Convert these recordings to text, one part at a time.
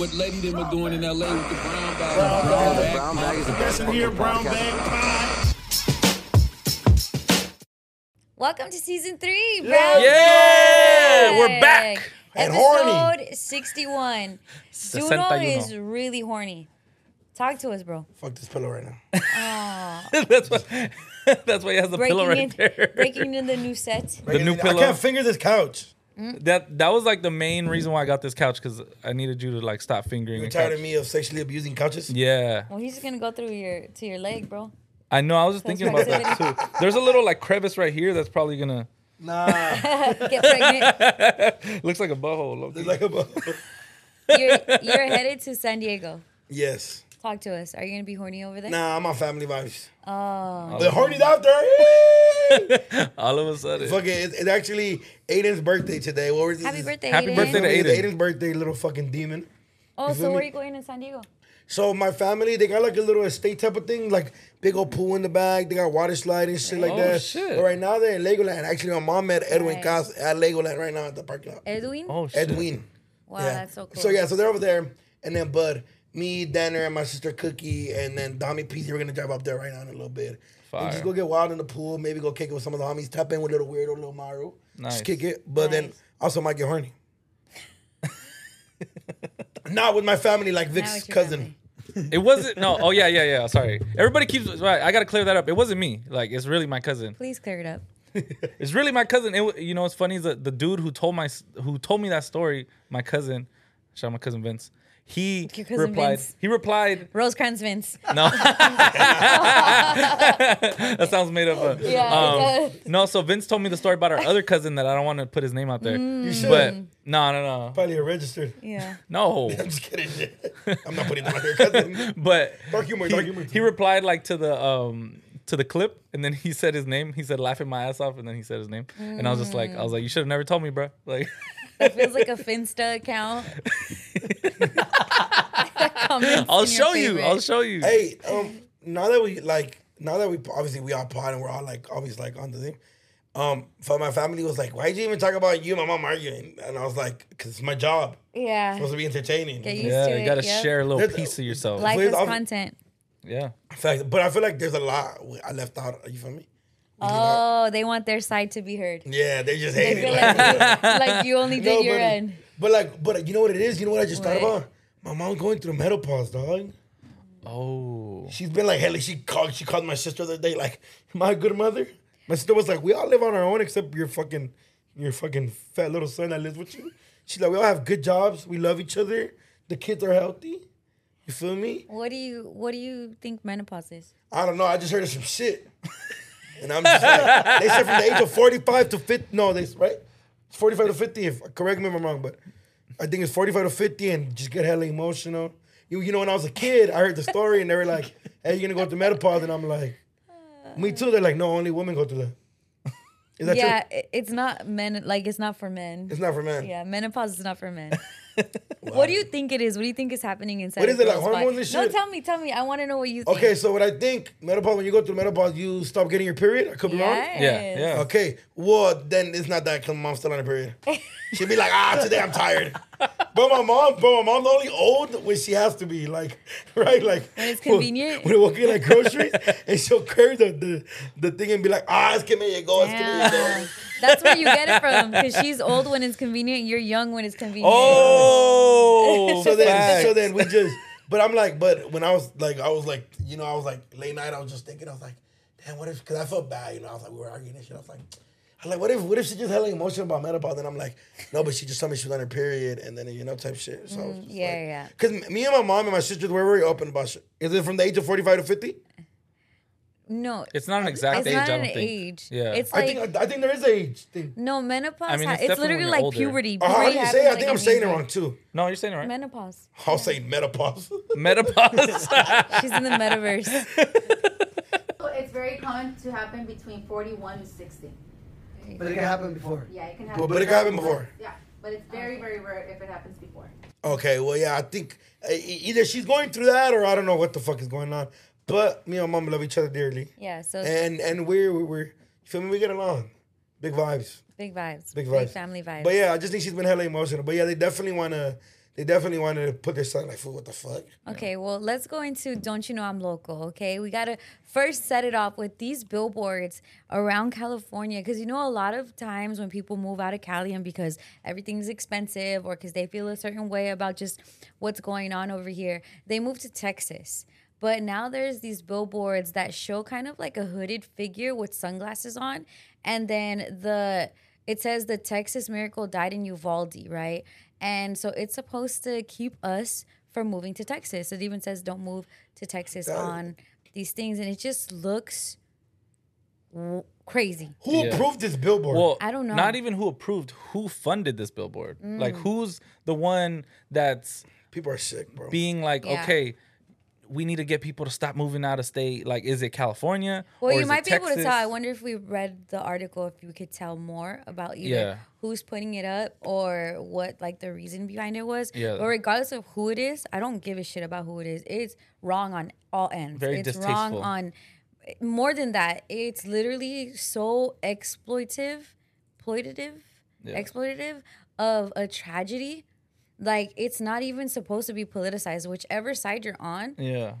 what Lady them are doing in LA with the brown bag. Brown Brown bag. bag. Brown bag is the best Listen here, fucking brown podcast. bag pie. Welcome to season three, Brown Yeah, Bag. we're back. And Episode 61. Juno 61. is really horny. Talk to us, bro. Fuck this pillow right now. that's why. That's why he has the Breaking pillow right in, there. breaking in the new set. The new I pillow. can't finger this couch. That that was like the main reason why I got this couch because I needed you to like stop fingering. You're the tired couch. of me of sexually abusing couches? Yeah, Well, he's just gonna go through your to your leg, bro. I know. I was just thinking about that too. Sensitivity. There's a little like crevice right here that's probably gonna Nah. Get pregnant. looks like a butthole. low-key. It's like a You're, you're headed to San Diego. yes. Talk to us. Are you gonna be horny over there? Nah, I'm on family vibes. Oh, The horny's out there. Yay! All of a sudden, Fuck it. It's, it's actually Aiden's birthday today. What was happy birthday, Happy Aiden. birthday to It's Aiden. Aiden's birthday, little fucking demon. Oh, You feel so where are me? you going in San Diego? So my family, they got like a little estate type of thing, like big old pool in the back. They got water slide and shit like Oh, that. shit. But right now they're in Legoland. Actually, my mom met Edwin Nice. Cas at Legoland right now at the parking lot. Edwin. oh shit. Edwin. wow, yeah. that's so cool. So yeah, so they're over there, and then Bud, me, Danner, and my sister Cookie, and then Dami Peasy. We're gonna drive up there right now in a little bit. And Fire. just go get wild in the pool. Maybe go kick it with some of the homies. Tap in with little weirdo, little Maru. Nice. Just kick it, but then Nice. also might get horny. Not with my family, like Now Vic's it's your cousin. family. It wasn't. No. Oh yeah, yeah, yeah. Sorry. Everybody keeps. Right, I gotta clear that up. It wasn't me. Like it's really my cousin. Please clear it up. It's really my cousin. It, wa- you know, it's funny is that the dude who told my s- who told me that story, my cousin, shout out my cousin Vince. He Your cousin replied. Vince. He replied. Rosecrans Vince. No, that sounds made up. uh, Yeah, it does. no, so Vince told me the story about our other cousin that I don't want to put his name out there. Mm. You should. But no, no, no, Probably a registered. yeah. no. I'm just kidding. I'm not putting them out there. cousin. But Dark humor, dark humor. he, he replied like to the um to the clip, and then he said his name. He said laughing my ass off, and then he said his name, and I was just like, I was like, you should have never told me, bro. Like. It feels like a Finsta account. Comments I'll in your show you. favorite. I'll show you. Hey, um, now that we like, now that we obviously we all pod and we're all like, always like on the thing. Um, for my family was like, why'd you even talk about you, and my mom arguing? And I was like, cause it's my job. It's Yeah. supposed to be entertaining. Get In used yeah, to it. you gotta yep. share a little There's- piece of yourself. Life Please, is I'll- content. yeah, fact, but I feel like there's a lot I left out. You feel me? Oh, they want their side to be heard. Yeah, they just They hate feel it. Like, like, like you only did no, your but, end. but like, but you know what it is? You know what I just What? thought about? My mom going through menopause, dog. Oh, She's been like, hell, she called. She called my sister the other day. Like, am I a good mother? My sister was like, we all live on our own except your fucking, your fucking fat little son that lives with you. She's like, we all have good jobs. We love each other. The kids are healthy. You feel me? What do you What do you think menopause is? I don't know. I just heard some shit, and I'm just like, they said from the age of 45 to 50. No, they right, 45 to 50. If correct me if I'm wrong, but I think it's 45 to 50, and just get hella emotional. You you know, when I was a kid, I heard the story, and they were like, "Hey, you're gonna go through menopause," and I'm like, "Me too." They're like, "No, only women go through that." Is that yeah, true? i- it's not men. Like it's not for men. It's not for men. yeah, menopause is not for men. What do you think it is? What do you think is happening inside? What a is it, like girl's body? hormones and No, shit? tell me, tell me. I want to know what you think. Okay, so what I think menopause when you go through menopause, you stop getting your period. I could be wrong. Yes. yeah, yeah. Okay, well then it's not that because mom's still on a period. She'd be like, ah, today I'm tired. But my mom, but my mom's only old when she has to be, like, right, like when it's convenient. When, we're walking like groceries, and she'll carry the, the the thing and be like, ah, es que me llegó, es que me Yeah. llegó. That's where you get it from because she's old when it's convenient, you're young when it's convenient. Oh, So then, so facts. then we just. But I'm like, but when I was like, I was like, you know, I was like late night. I was just thinking, I was like, damn, what if? Because I felt bad, you know. I was like, we were arguing and shit. I was like, I was like, what if? What if she just hella emotional about menopause? Then I'm like, no, but she just told me she was on her period, and then you know, type shit. So Mm-hmm. yeah, yeah. Because me and my mom and my sisters were very open about shit. Is it from the age of 45 to 50? No, it's not an exact it's age. not I don't an think. age. Yeah, It's I like think I, I think there is an age thing. no menopause. I mean, ha- it's it's, definitely literally when like you're older. puberty. Oh, how do Puberty you say? it? I happens, think like, I'm saying it immediately. wrong too. no, you're saying it right. Menopause. I'll say menopause. Menopause. She's in the metaverse. So It's very common to happen between 41 and 60. But it can happen before. Yeah, it can happen. but, but it can happen before. Yeah, but it's very, very rare if it happens before. Okay, well, yeah, I think uh, e- either she's going through that or I don't know what the fuck is going on. But me and my mom love each other dearly, Yeah, so and and we're we're, we're you feel me? We get along, big vibes, big vibes, big vibes, family vibes. But yeah, I just think she's been hella emotional. But yeah, they definitely wanna they definitely wanted to put their son like, "Fool, what the fuck?" Okay, well, let's go into Don't You Know I'm Local, okay? We got to first set it off with these billboards around California because you know, a lot of times when people move out of Cali and because everything's expensive or because they feel a certain way about just what's going on over here, they move to Texas. But now there's these billboards that show kind of like a hooded figure with sunglasses on, and then the it says the Texas miracle died in Uvalde, right? And so it's supposed to keep us from moving to Texas. It even says don't move to Texas That- on these things, and it just looks w- crazy. Who Yeah. approved this billboard? Well, I don't know. Mm. Not even who approved, who funded this billboard. Like, who's the one that's People are sick, bro. being like, Yeah. okay, we need to get people to stop moving out of state? Like, is it California? Well, Or you is it might be able to Texas? tell. I wonder if we read the article if you could tell more about either Yeah. who's putting it up or what like the reason behind it was. Yeah. But regardless of who it is, I don't give a shit about who it is. It's wrong on all ends. Very it's wrong distasteful. on more than that. It's literally so exploitive, exploitative, Yeah. exploitative of a tragedy. Like it's not even supposed to be politicized. Whichever side you're on, Yeah.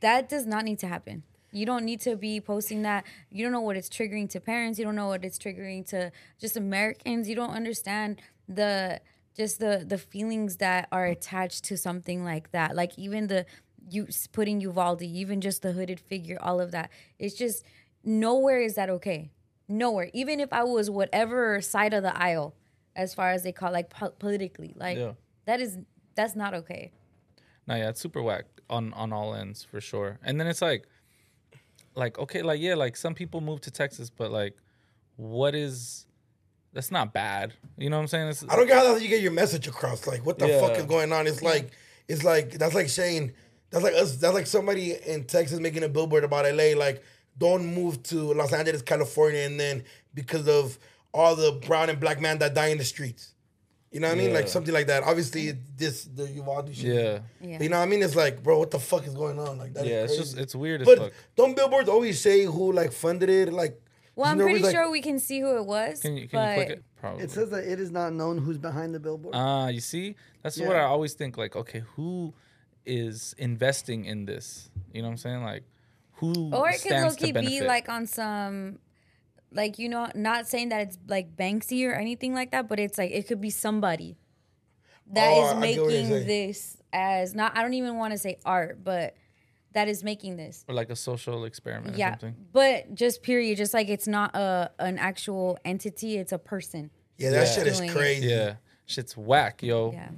that does not need to happen. You don't need to be posting that. You don't know what it's triggering to parents. You don't know what it's triggering to just Americans. You don't understand the just the the feelings that are attached to something like that. Like even the you s- putting Uvalde, even just the hooded figure, all of that. It's just nowhere is that okay. Nowhere. Even if I was whatever side of the aisle, as far as they call like po- politically, like Yeah. that is that's not okay. No, yeah, it's super whack on on all ends for sure. And then it's like, like okay, like yeah, like some people move to Texas, but like, what is? That's not bad. You know what I'm saying? It's, I don't get how you get your message across. Like, what the Yeah. fuck is going on? It's like, it's like that's like saying that's like us. That's like somebody in Texas making a billboard about LA. Like, don't move to Los Angeles, California, and then because of all the brown and black men that die in the streets. You know what I mean? Like Yeah. something like that. Obviously, it- this the Uvalde shit. Yeah. Yeah. But you know what I mean? It's like, bro, what the fuck is going on? Like that. is Yeah, it's crazy. just it's weird as But fuck. don't billboards always say who like funded it? Like, Well, I'm isn't there pretty always, like- sure we can see who it was. Can you can but you click it? Probably. It says that it is not known who's behind the billboard. Ah, you see, that's what I Yeah. always think. Like, okay, who is investing in this? You know what I'm saying? Like, who Or it could stands low-key to benefit? be like on some, like you know, not saying that it's like Banksy or anything like that, but it's like it could be somebody that Oh, is I get what you're making saying. this as not. I don't even want to say art, but that is making this. or like a social experiment or Yeah, something. but just period. Just like it's not a an actual entity; it's a person. yeah, that Yeah. shit is doing it. crazy. Yeah, shit's whack, yo. Yeah.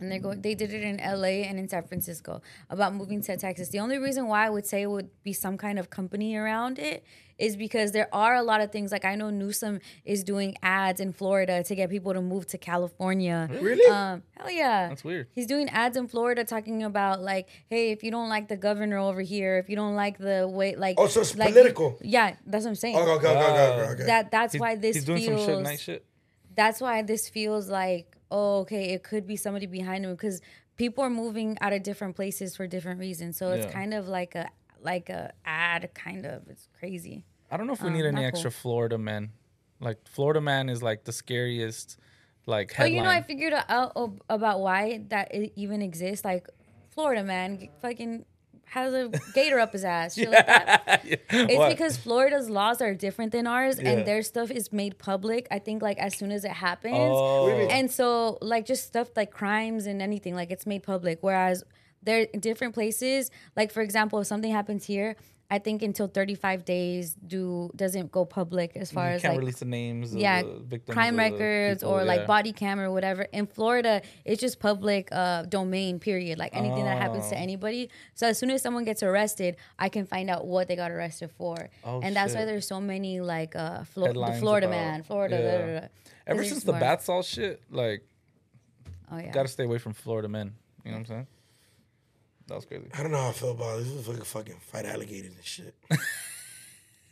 And they're going. They did it in L.A. and in San Francisco about moving to Texas. The only reason why I would say it would be some kind of company around it is because there are a lot of things. Like I know Newsom is doing ads in Florida to get people to move to California. Really? Um, hell yeah. That's weird. He's doing ads in Florida talking about like, hey, if you don't like the governor over here, if you don't like the way, like, Oh, so it's like- political. Yeah, that's what I'm saying. Oh, okay, okay, okay, okay, okay. That that's He's- why this he's doing feels some shit, night shit. that's why this feels like oh okay it could be somebody behind him because people are moving out of different places for different reasons so Yeah. it's kind of like a like a ad kind of it's crazy I don't know if we Um, need any not extra cool. Florida man. Like Florida man is like the scariest, like Oh, headline. you know i figured out ab- about why that it even exists like florida man g- fucking has a gator up his ass shit like that It's What? because Florida's laws are different than ours, Yeah. and their stuff is made public. I think like as soon as it happens, Oh. and so like just stuff like crimes and anything like it's made public. Whereas there in different places, like for example, if something happens here, I think until thirty five days do doesn't go public as far you as can't like release the names. yeah, of the victims crime or the records people, or like yeah. body cam or whatever. In Florida, it's just public uh, domain. Period. Like anything that happens to Oh. anybody. So as soon as someone gets arrested, I can find out what they got arrested for. Oh, and that's why shit. there's so many like uh, Flo- the Headlines Florida about- man, Florida. yeah. da, da, da, da. Ever They're since the smart. bath salt shit, like Oh yeah. gotta stay away from Florida men. You know what I'm saying? That was crazy. I don't know how I feel about this. This fucking fucking fight alligators and shit.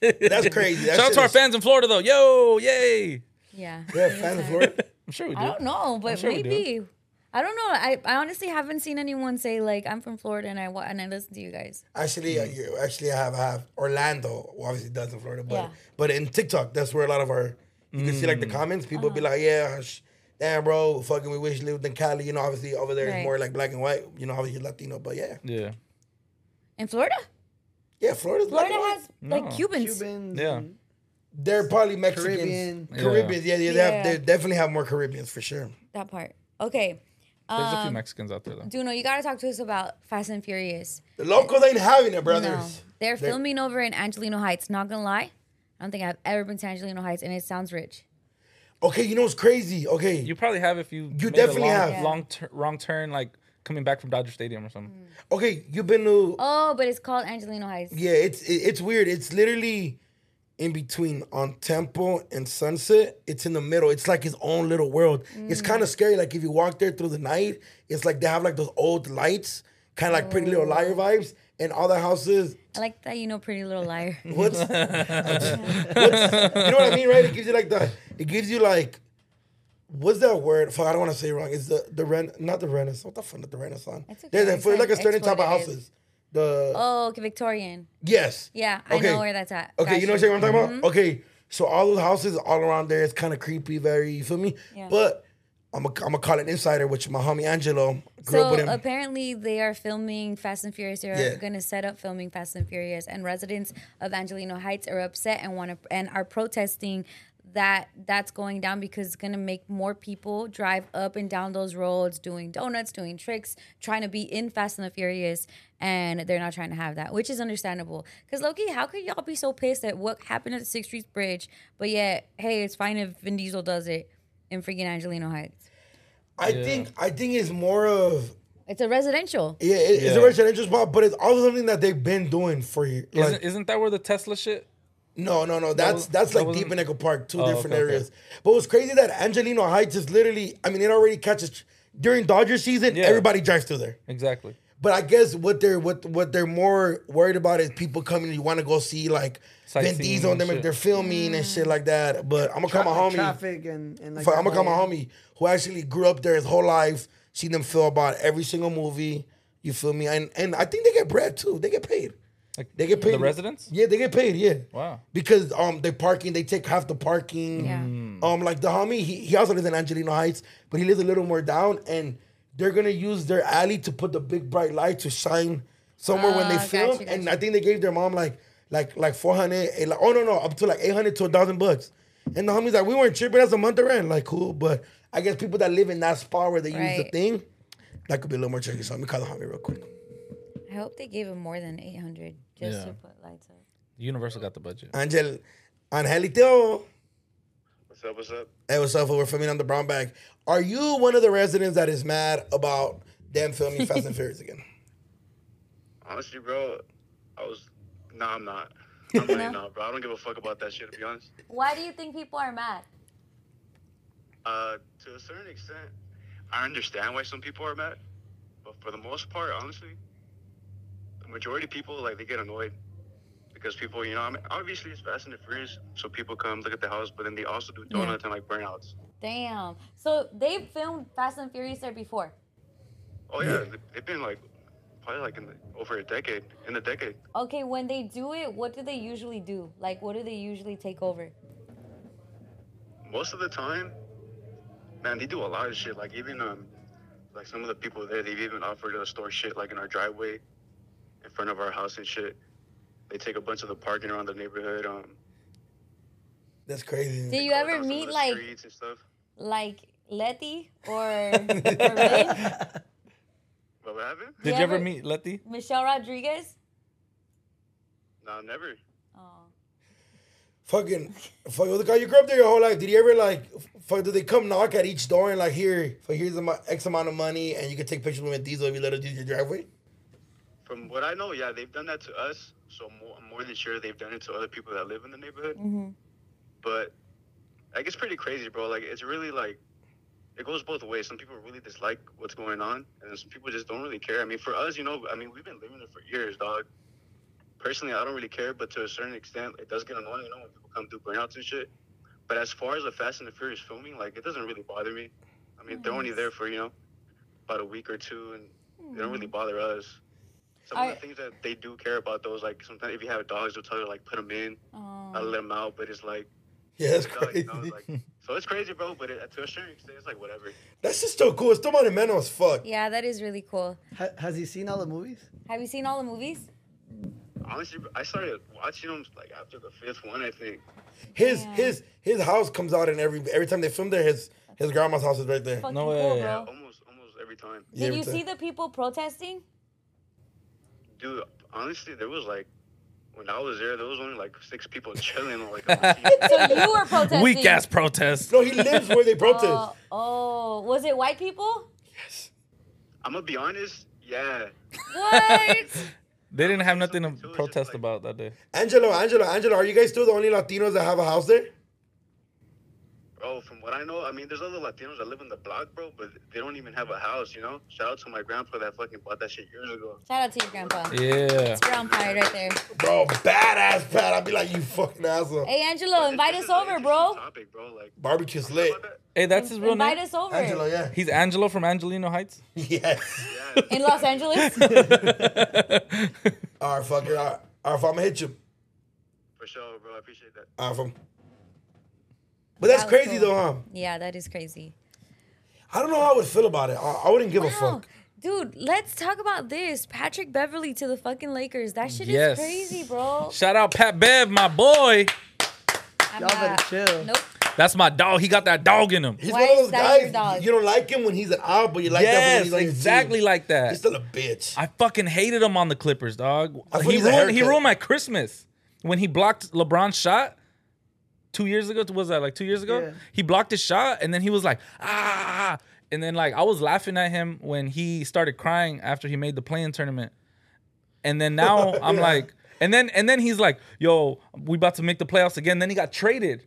That's crazy. That Shout out shit to our is- fans in Florida though. Yo, yay! yeah. We have fans in Florida. I'm sure we do. I don't know, but sure we do. maybe. I don't know. I, I honestly haven't seen anyone say like I'm from Florida and I wa- and I listen to you guys. Actually, I- you- actually, I have I have Orlando. Well, obviously, does in Florida, but Yeah. Mm. Uh-huh. but in TikTok, that's where a lot of our you can see like the comments. People be like, yeah, sh- damn, bro, fucking, we wish you lived in Cali. You know, obviously over there it's Right. more like black and white. You know, obviously Latino, but yeah, Yeah. In Florida? yeah, Florida Florida's black and white. has like No. Cubans. Cubans. Yeah. and They're probably Mexicans. Caribbean. Yeah. Caribbeans, yeah, yeah, they, Have, Yeah. they definitely have more Caribbeans for sure. That part. Okay. There's a few Um, Mexicans out there though. Duno, you gotta talk to us about Fast and Furious. The locals ain't having it, brothers. No, they're filming over in Angelino Heights. Not gonna lie, I don't think I've ever been to Angelino Heights, and it sounds rich. Okay, you know what's crazy? Okay, You probably have if you made a definitely long, have. long tur- wrong turn like coming back from Dodger Stadium or something. Mm. okay, you've been to Oh, but it's called Angelino Heights. Yeah, it's it, it's weird. It's literally in between on Temple and Sunset. It's in the middle. It's like his own little world. It's Mm. kind of scary. Like if you walk there through the night, it's like they have like those old lights, kind of like Pretty Little Oh. Liar vibes, and all the houses. I like that you know Pretty Little Liar. What's, what's you know what I mean, right? It gives you like the it gives you like what's that word? Fuck, I don't want to say it wrong. It's the the ren not the Renaissance. What the fuck is the Renaissance? It's okay. There's a, It's for like a like- certain it's type what of it is. houses. The oh, okay, Victorian. yes. Yeah, I know where that's at. Okay, you know what Gotcha. I'm talking about? Okay, so all those houses all around there, it's kind of creepy, very, you feel me? Yeah. But I'm going to call it insider, which my homie Angelo grew up So with him. apparently they are filming Fast and Furious. They're Yeah. going to set up filming Fast and Furious, and residents of Angelino Heights are upset and want to and are protesting that that's going down because it's going to make more people drive up and down those roads doing donuts, doing tricks, trying to be in Fast and the Furious, and they're not trying to have that, which is understandable. Because Loki, how could y'all be so pissed at what happened at the Sixth Street Bridge, but yet, hey, it's fine if Vin Diesel does it in freaking Angelino Heights. I think I think it's more of, It's a residential. yeah, it, it's Yeah. a residential spot, but it's also something that they've been doing for years. Like, isn't, isn't that where the Tesla shit? No, no, no. That's was- that's that like deep wasn't- in Echo Park, two Oh, different okay, okay. areas. But what's crazy that Angelino Heights is literally, I mean, it already catches, during Dodger season, Yeah. everybody drives through there. Exactly. But I guess what they're what what they're more worried about is people coming. You want to go see like Vin Sightseeing Diesel and and them if shit. they're filming and shit like that. But I'm gonna call my Like homie. Traffic and, and like. I'm gonna call my homie who actually grew up there his whole life, seen them film about every single movie. You feel me? And and I think they get bread too. They get paid. Like They get paid. The residents? Yeah, they get paid. Yeah. Wow. Because um, they parking. They take half the parking. Yeah. Um, like the homie, he, he also lives in Angelino Heights, but he lives a little more down, and they're gonna use their alley to put the big bright light to shine somewhere when they Ah, film. gotcha, And gotcha. I think they gave their mom like like like four hundred. Like, oh no no, up to like eight hundred to a thousand bucks. And the homies like we weren't tripping as a month rent. Like cool, but I guess people that live in that spot where they use the Right. thing, that could be a little more tricky. So let me call the homie real quick. I hope they gave him more than 800 just to Yeah. put lights up. Universal got the budget. Angel, Angelito. What's up? What's up? Hey, what's up? We're filming on the Brown Bag. Are you one of the residents that is mad about them filming Fast and Furious again? Honestly, bro, I was. Nah, I'm not. I'm really not, bro. I don't give a fuck about that shit, to be honest. Why do you think people are mad? Uh, to a certain extent, I understand why some people are mad, but for the most part, honestly, the majority of people like they get annoyed because people, you know, I mean, obviously it's Fast and the Furious, so people come look at the house, but then they also do donuts and like burnouts. Damn. So they filmed Fast and Furious there before. Oh yeah, they- they've been like probably like in the, over a decade, in a decade. Okay, when they do it, what do they usually do? Like, what do they usually take over? most of the time, man, they do a lot of shit. Like even um, like some of the people there, they've even offered us store shit like in our driveway, in front of our house and shit. They take a bunch of the parking around the neighborhood. Um, That's crazy. Did you close ever down some of meet the like streets and stuff. like Letty or, or Rin? But what happened? Did Yeah, you ever but- meet Letty? Michelle Rodriguez? No, never. Oh. fucking, fuck, what the guy you grew up there your whole life? Did you ever like, fuck, did they come knock at each door and like, here, for here's amo- X amount of money and you can take pictures with Diesel if you let us use your driveway? From what I know, yeah, they've done that to us. So more, I'm more than sure they've done it to other people that live in the neighborhood. But like, it's pretty crazy, bro. Like, it's really like it goes both ways. Some people really dislike what's going on, and then some people just don't really care. I mean, for us, you know, I mean, we've been living it for years, dog. Personally, I don't really care, but to a certain extent, it does get annoying, you know, when people come do burnouts and shit. But as far as the Fast and the Furious filming, like, it doesn't really bother me. I mean, they're only there for you know about a week or two, and they don't really bother us. Some I- of the things that they do care about, those like sometimes if you have dogs, they'll tell you like put them in, Oh. not let them out. But it's like Yeah, that's dog, you crazy. know, like So it's crazy, bro. But it, to a certain extent, it's like whatever. That's just still cool. It's still monumental as fuck. Yeah, that is really cool. Ha- has he seen all the movies? Have you seen all the movies? Honestly, bro, I started watching them like after the fifth one, I think. His his his house comes out in every every time they film there. His his grandma's house is right there. Fucking No cool, way. bro. Almost, almost every time. Yeah, Did every you time. see the people protesting? Dude, honestly, there was like, when I was there, there was only like six people chilling on like. On the TV. So you were protesting. Weak ass protest. No, he lives where they protest. Oh, oh, was it white people? I'm gonna be honest. Yeah, What? They didn't have nothing to Something too, it's just protest like- about that day. Angelo, Angelo, Angelo, are you guys still the only Latinos that have a house there? bro. From what I know, I mean, there's other Latinos that live in the block, bro, but they don't even have a house. You know. Shout out to my grandpa that fucking bought that shit years ago. Shout out to your grandpa. Yeah. You're on fire right there. Bro, badass Pat. I'd be like, you fucking asshole. Hey, Angelo, It's invite just us an over, interesting bro. Topic, bro. Like, Barbecue's lit. Hey, that's his real Invite name. us over Angelo, yeah. He's Angelo from Angelino Heights. Yes. yeah, in Los Angeles. All right, fucker. All right, all right, if I'm gonna hit you. for sure, bro. I appreciate that. All right, from. But that's That was crazy cool. though, huh? yeah, that is crazy. I don't know how I would feel about it. I, I wouldn't give a Wow. Oh, fuck. Dude, let's talk about this. Patrick Beverly to the fucking Lakers. That shit Yes. is crazy, bro. Shout out Pat Bev, my boy. I'm Y'all better not- chill. Nope. That's my dog. He got that dog in him. He's Why one of is those that your guys. dog? You don't like him when he's an out, but you like yes, him when he's like exactly like He's that. still a bitch. I fucking hated him on the Clippers, dog. I thought He he's a ruined, he haircut. ruined my Christmas when he blocked LeBron's shot two years ago. Was that like two years ago? Yeah. He blocked his shot and then he was like, ah. And then like I was laughing at him when he started crying after he made the playing tournament. And then now I'm like, and then and then he's like, yo, we about to make the playoffs again. Then he got traded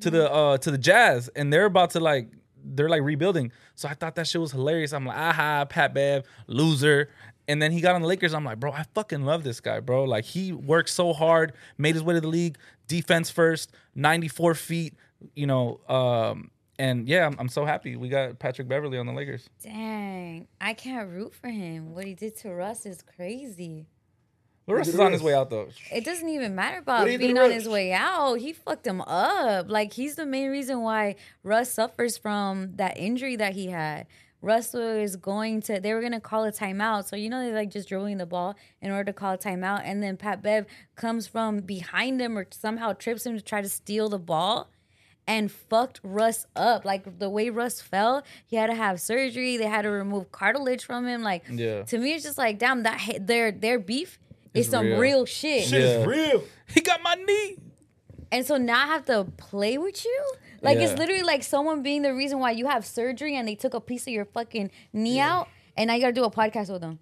to the uh to the Jazz, and they're about to like they're like rebuilding. So I thought that shit was hilarious. I'm like, aha, Pat Bev, loser. And then he got on the Lakers. I'm like, bro, I fucking love this guy, bro. Like he worked so hard, made his way to the league, defense first, 94 feet, you know. Um, and yeah, I'm, I'm so happy we got Patrick Beverly on the Lakers. Dang. I can't root for him. What he did to Russ is crazy. Russ did is on Russ? his way out though. It doesn't even matter about What do you being think, on Russ? his way out. He fucked him up. Like he's the main reason why Russ suffers from that injury that he had. Russ was going to they were gonna call a timeout. So you know they're like just dribbling the ball in order to call a timeout. And then Pat Bev comes from behind him or somehow trips him to try to steal the ball and fucked Russ up. Like the way Russ fell, he had to have surgery. They had to remove cartilage from him. Like Yeah. to me, it's just like damn that hit- their their beef is It's some real. real, shit. Shit Yeah. is real. He got my knee. And so now I have to play with you. Like Yeah. it's literally like someone being the reason why you have surgery and they took a piece of your fucking knee out. And now you gotta do a podcast with them.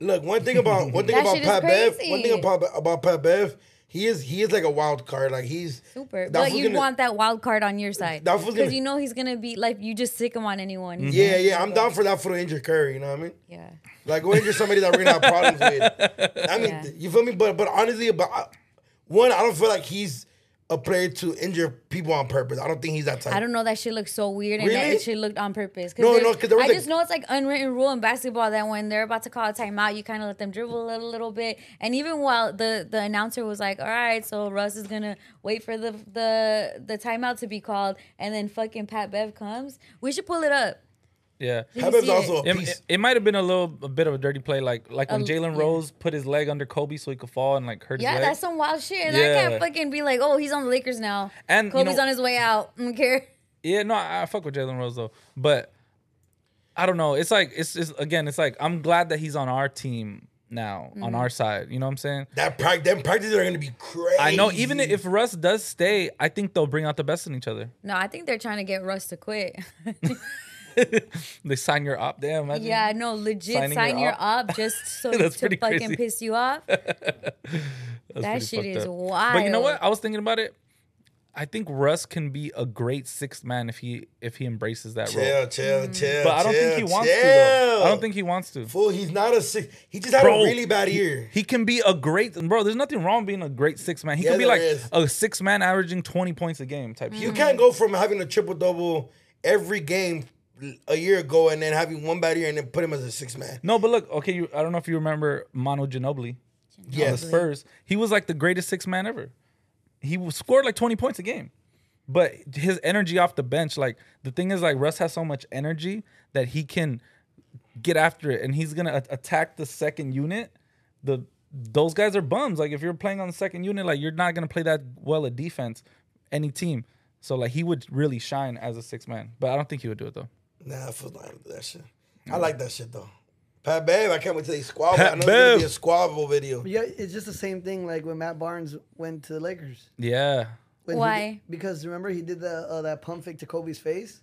Look, one thing about one thing That about shit is Pat Bev, crazy. one thing about about Pat Bev, he is he is like a wild card. Like he's Super. that But fool's you gonna- want that wild card on your side. That fool's gonna- Because you know he's gonna be like you just sick him on anyone. He's Yeah, gonna- yeah, I'm down for that for the injured Curry. You know what I mean? Yeah. Like go injure somebody that we're gonna have problems with. I mean, Yeah. you feel me? But but honestly, but I, one, I don't feel like he's a player to injure people on purpose. I don't think he's that type. I don't know. That shit looks so weird, and that Really? it shit looked on purpose. No, there's- no, 'cause there was I a- just know it's like unwritten rule in basketball that when they're about to call a timeout, you kind of let them dribble a little, little bit. And even while the the announcer was like, "All right, so Russ is gonna wait for the the the timeout to be called," and then fucking Pat Bev comes. We should pull it up. Yeah. Did you Pat Bev's see it? also a It, piece. it- it might have been a little a bit of a dirty play, like like when Um, Jalen yeah. Rose put his leg under Kobe so he could fall and like hurt Yeah, his leg. that's some wild shit. And I Yeah. can't fucking be like, "Oh, he's on the Lakers now." And, you Kobe's know- on his way out. I don't care. yeah, no, I, I fuck with Jalen Rose though, but I don't know. It's like it's just again, it's like I'm glad that he's on our team now, Mm-hmm. on our side. You know what I'm saying? that practice, them practices are gonna be crazy. I know. Even if Russ does stay, I think they'll bring out the best in each other. No, I think they're trying to get Russ to quit. They sign your op. Damn, imagine. Yeah, no, legit signing sign her your up. up. just so to That's pretty fucking crazy. piss you off. That's that pretty shit fucked is up. But you know wild. what? I was thinking about it. I think Russ can be a great sixth man if he if he embraces that role. chill, chill, Mm. chill. But I don't think he chill, wants to. chill. Though. I don't think he wants to. Fool, he's not a six. He just had Bro, a really bad year. He can be a great bro. There's nothing wrong with being a great six man. He Yeah, can be there like is. a six man averaging 20 points a game type. You shit. can't go from having a triple double every game a year ago and then having one bad year and then put him as a six man. No, but look, okay, you, I don't know if you remember Manu Ginobili, Yes. Spurs. He was like the greatest six man ever. He was- scored like 20 points a game. But his energy off the bench, like the thing is, like Russ has so much energy that he can get after it, and he's gonna a- attack the second unit. The those guys are bums. Like if you're playing on the second unit, like you're not gonna play that well at defense, any team. So like he would really shine as a six man, but I don't think he would do it though. Nah, I feel like that shit. I like that shit though. Pat Bev, I can't wait till they squabble. I know it's gonna be Bev. a squabble video. Yeah, it's just the same thing like when Matt Barnes went to the Lakers. Yeah, When he Why? did- because remember he did the uh, that pump fake to Kobe's face.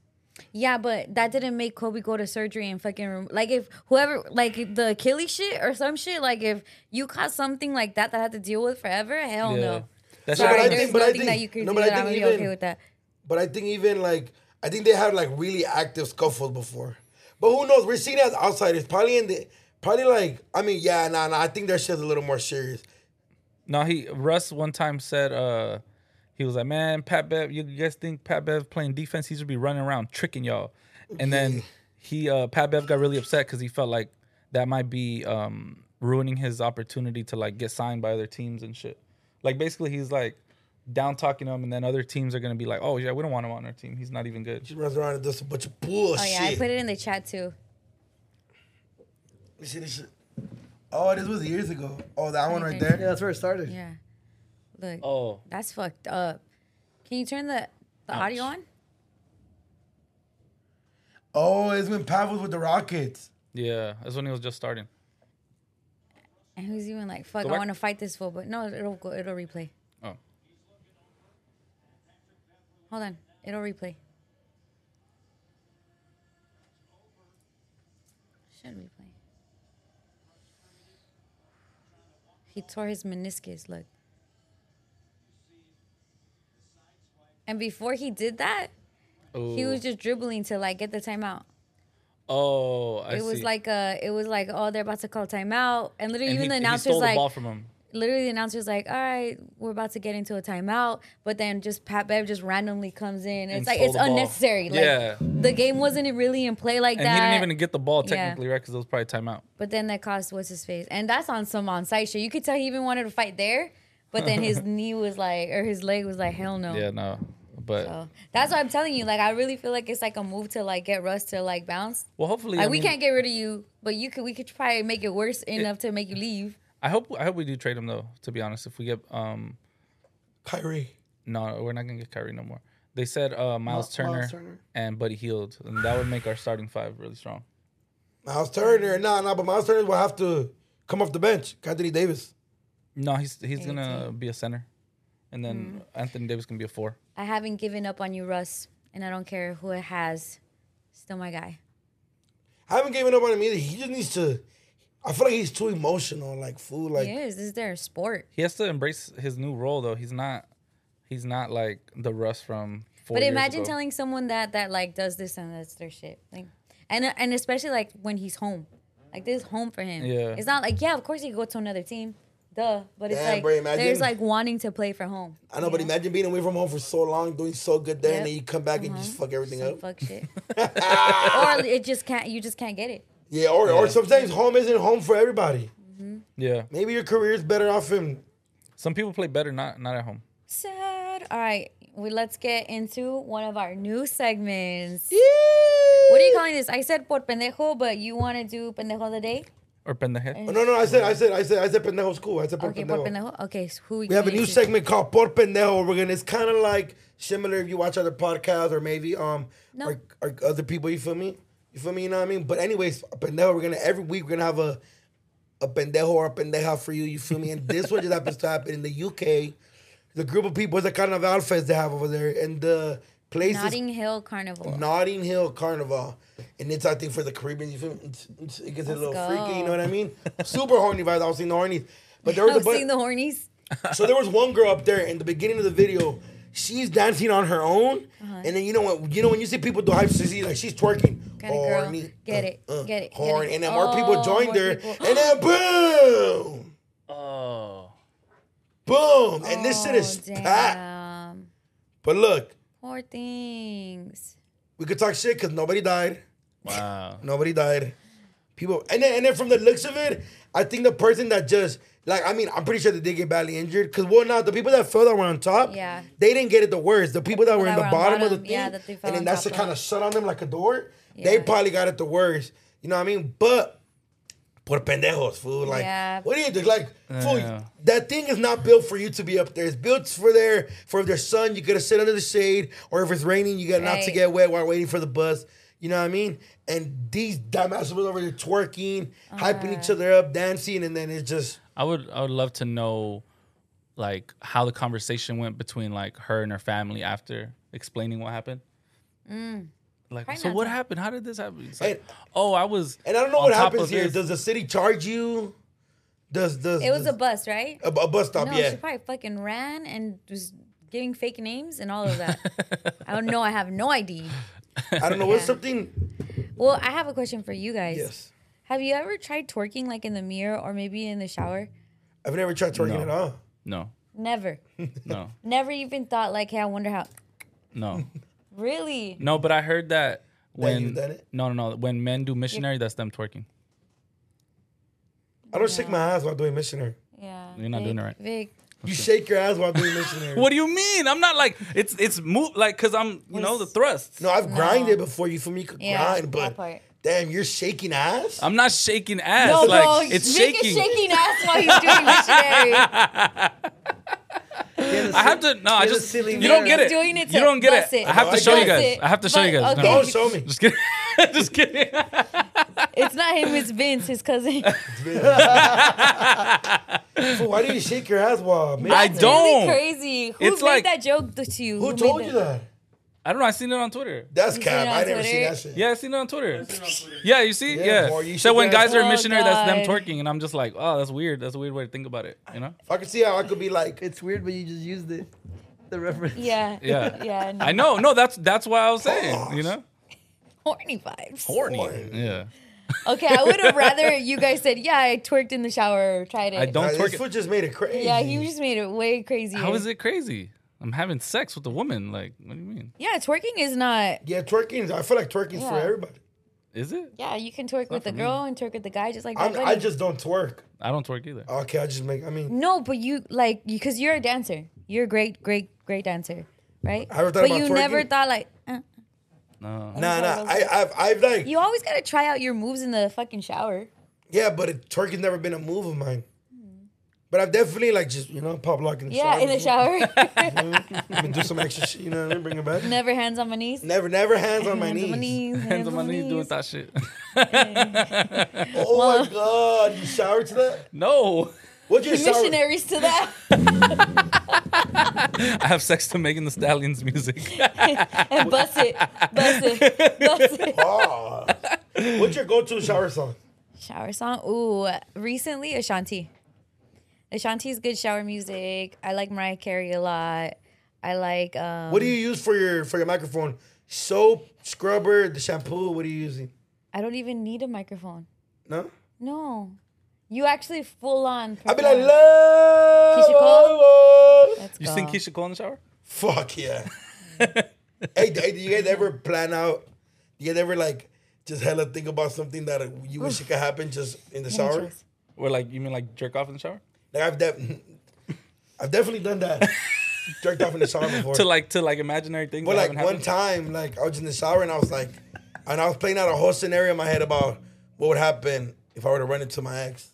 Yeah, but that didn't make Kobe go to surgery and fucking rem- like if whoever like if the Achilles shit or some shit like if you caught something like that that I had to deal with forever, hell yeah. Oh, no. That's Sorry, but I there's think- but I nothing think- that you could no, do but I that I'm think really even- okay with that. But I think even like I think they had like really active scuffles before. But who knows? We're seeing it as outsiders. Probably in the probably like I mean, yeah, nah, nah. I think their shit's a little more serious. No, he Russ one time said uh he was like, Man, Pat Bev, you guys think Pat Bev playing defense, he should be running around tricking y'all. And then he uh Pat Bev got really upset because he felt like that might be um ruining his opportunity to like get signed by other teams and shit. Like basically he's like down talking him and then other teams are gonna be like, Oh yeah, we don't want him on our team. He's not even good. She runs around and does a bunch of Oh bullshit. yeah, I put it in the chat too. You see this shit? Oh, this was years ago. Oh, that one right there. Yeah, that's where it started. Yeah. Look. Oh. That's fucked up. Can you turn the the audio on? Oh, it's when Pat was with the Rockets. Yeah. That's when he was just starting. And who's even like, fuck, Go I back. want to fight this fool, but no, it'll go, it'll replay. Oh. Hold on, it'll replay. Should replay. He tore his meniscus. Look. And before he did that, he was just dribbling to like get the timeout. Oh, I It was see. like uh it was like oh they're about to call timeout and literally even And he, the he announcers stole the like ball from him. literally the announcer's like, "All right, we're about to get into a timeout," but then just Pat Bev just randomly comes in. It's And like stole it's the ball. unnecessary. Like Yeah. the game wasn't really in play like And that. he didn't even get the ball Yeah. technically, right? Because it was probably timeout. but then that cost what's his face, and that's on some on site shit. You could tell he even wanted to fight there, but then his knee was like, or his leg was like, "Hell no." Yeah, no. But Oh. So that's what I'm telling you. Like I really feel like it's like a move to like get Russ to like bounce. well, hopefully, Like I we mean, can't get rid of you, but you could we could probably make it worse enough to make you leave. I hope I hope we do trade him though. To be honest, if we get um, Kyrie. no, we're not gonna get Kyrie no more. They said uh, Miles, Turner Turner. and Buddy Healed, and that would make our starting five really strong. Miles Turner. Nah, nah, but Miles Turner will have to come off the bench. Anthony Davis. No, he's he's gonna be a center, and Mm. then Anthony Davis can be a four. I haven't given up on you, Russ, and I don't care who it has. Still my guy. I haven't given up on him either. He just needs to. I feel like he's too emotional, like fool. Like He is. This is their sport. He has to embrace his new role though. He's not he's not like the Russ from. Four But years imagine ago. telling someone that that like does this and that's their shit. Like, and and especially like when he's home, like this is home for him. Yeah. It's not like yeah, of course he could go to another team, duh. But it's Yeah, like bro, imagine- there's like wanting to play for home. I know, but you imagine being away from home for so long, doing so good there, and then Yep. you come back and just fuck everything Some up. fuck shit. or it just can't. You just can't get it. Yeah, or or sometimes home isn't home for everybody. Yeah, Maybe your career's better off in. some people play better not not at home. Sad. All right, we let's get into one of our new segments. What are you calling this? I said por pendejo, but you want to do pendejo of the day? Or pendeje. Eh. Oh, no, no, I said, I said, I said, I said, pendejo's cool. I said, por Okay, por pendejo. pendejo. Okay, so who We have a new segment called Por Pendejo. We're gonna. It's kind of like similar if you watch other podcasts or maybe um No. or, or other people. You feel me? You feel me? You know what I mean? But anyways, Pendejo. We're gonna every week we're gonna have a a pendejo or a pendeja for you. You feel me? And this one just happens to happen in the UK. The group of people is the kind of outfits they have over there, and the place Notting is Hill Carnival. Notting Hill Carnival, and it's I think for the Caribbean. You feel me? It's, it's, it gets a little freaky. go. You know what I mean? Super horny vibes. I was seeing the hornies. But there was a I've bu- seen Oh, the hornies. so there was one girl up there in the beginning of the video. She's dancing on her own, Uh-huh. and then you know when you know when you see people do hype, so you see like she's twerking. uh, Got it, girl. Get it, get it, get horny. it. and then more people Oh, joined more her, people. and then boom, Oh. boom, and this shit is oh, packed. damn. But look, Poor things. we could talk shit because nobody died. Wow. Nobody died. people, and then and then from the looks of it, I think the person that just like I mean, I'm pretty sure they did get badly injured because well, now the people that fell that were on top, Yeah. they didn't get it the worst. The people that were in that the were on bottom, of the bottom, thing, yeah, that they fell and then on that's top the kind of. of shut on them like a door. They Yeah. probably got it the worst. You know what I mean? But por pendejos, fool. Like, Yeah. what do you do? Like, fool, Yeah. that thing is not built for you to be up there. It's built for there for if there's sun, you gotta sit under the shade, or if it's raining, you gotta not to Right. get wet while waiting for the bus. You know what I mean? And these dumbasses was over there twerking, hyping Uh-huh. each other up, dancing, and then it's just I would I would love to know like how the conversation went between like her and her family after explaining what happened. Like Mm. Probably so not what that- happened? How did this happen? It's And- like, oh, I was and I don't know on what top happens of here. this. Does the city charge you? Does does It was a does- bus, right? a, bu- a bus stop, No, Uh, yeah. she probably fucking ran and was giving fake names and all of that. I don't know. I have no idea. I don't know. What's Yeah. something? Well, I have a question for you guys. Yes. Have you ever tried twerking like in the mirror or maybe in the shower? I've never tried twerking No. at all. No. Never. No. Never even thought like, hey, I wonder how. No. Really? No, but I heard that you've when done it? no no no when men do missionary, that's them twerking. I don't shake my ass while doing missionary. Yeah. You're not Vic, doing it right. Vic. You shake your ass while doing missionary. What do you mean? I'm not like it's it's move like because I'm you know the thrust. No, I've grinded before. You for me could Yeah, grind, that but part. damn, you're shaking ass. I'm not shaking ass. No, like bro. it's Vic shaking. is shaking ass while he's doing missionary. I I have to. No, I You're the just. silly You don't man. get it. Doing it you to don't get bust it. it. I have No, to I show you get guys. it. I have to show you But, guys. okay. No, Don't show me. just kidding. just kidding. It's not him. It's Vince, his cousin. Fool, Why do you shake your ass while? Man, I That's don't. Really crazy. Who It's made like- that joke to you? who made told you that? I don't know. I seen it on Twitter. That's You seen it cap. on I never seen Twitter? that shit. Yeah, I seen it on Twitter. Yeah, you see? Yeah, Yeah. boy, you so should when get- guys are Oh, missionary, that's them God. twerking, and I'm just like, oh, that's weird. That's a weird way to think about it. You know? I could see how I could be like. It's weird, but you just used it. The reference. Yeah. Yeah. Yeah. No. I know. No, that's that's why I was saying. You know? Horny vibes. Horny. Yeah. Okay, I would have rather you guys said, "Yeah, I twerked in the shower, or tried it." I don't Nah, twerk. this it. foot just made it crazy. Yeah, he just made it way crazier. How is it crazy? I'm having sex with a woman. Like, what do you mean? Yeah, twerking is not. Yeah, twerking. I feel like twerking's for Yeah. everybody. Is it? Yeah, you can twerk with for the me. girl and twerk with the guy, just like I'm, that. I just don't twerk. I don't twerk either. Okay, I just make. I mean, no, but you like because you're a dancer. You're a great, great, great dancer, right? I ever thought but about you never twerking? thought like uh, No. sorry, nah, nah. I I, I've, I've like. you always gotta try out your moves in the fucking shower. Yeah, but it, twerking's never been a move of mine. But I've definitely like just you know pop lock in the Hmm. Yeah, shower. in the shower. I mean, Mm-hmm. do some extra shit. You know what I mean? Bring it back. never hands on my knees. Never, never hands on my hands on my knees. knees. Hands on my knees doing that shit. Oh my god, you showered to that? no. What's your shower? Missionaries to that, I have sex to making the stallions music. and bust it, bust it, bust it. Oh. What's your go-to shower song? Shower song. Ooh, recently Ashanti. Ashanti's good shower music. I like Mariah Carey a lot. I like um What do you use for your for your microphone? Soap, scrubber, the shampoo. What are you using? I don't even need a microphone. No. No. You actually full on I be like perform. love. Let's You go. sing Keisha Cole in the shower? Fuck yeah. hey, do, hey, do you guys ever plan out? Do you guys ever like just hella think about something that uh, you wish it could happen just in the Let me shower? choose. Or like you mean like jerk off in the shower? Like I've de- I've definitely done that. Jerked off in the shower before. To like to like imaginary things. But that like haven't one happened? time, like I was in the shower and I was like, and I was playing out a whole scenario in my head about what would happen if I were to run into my ex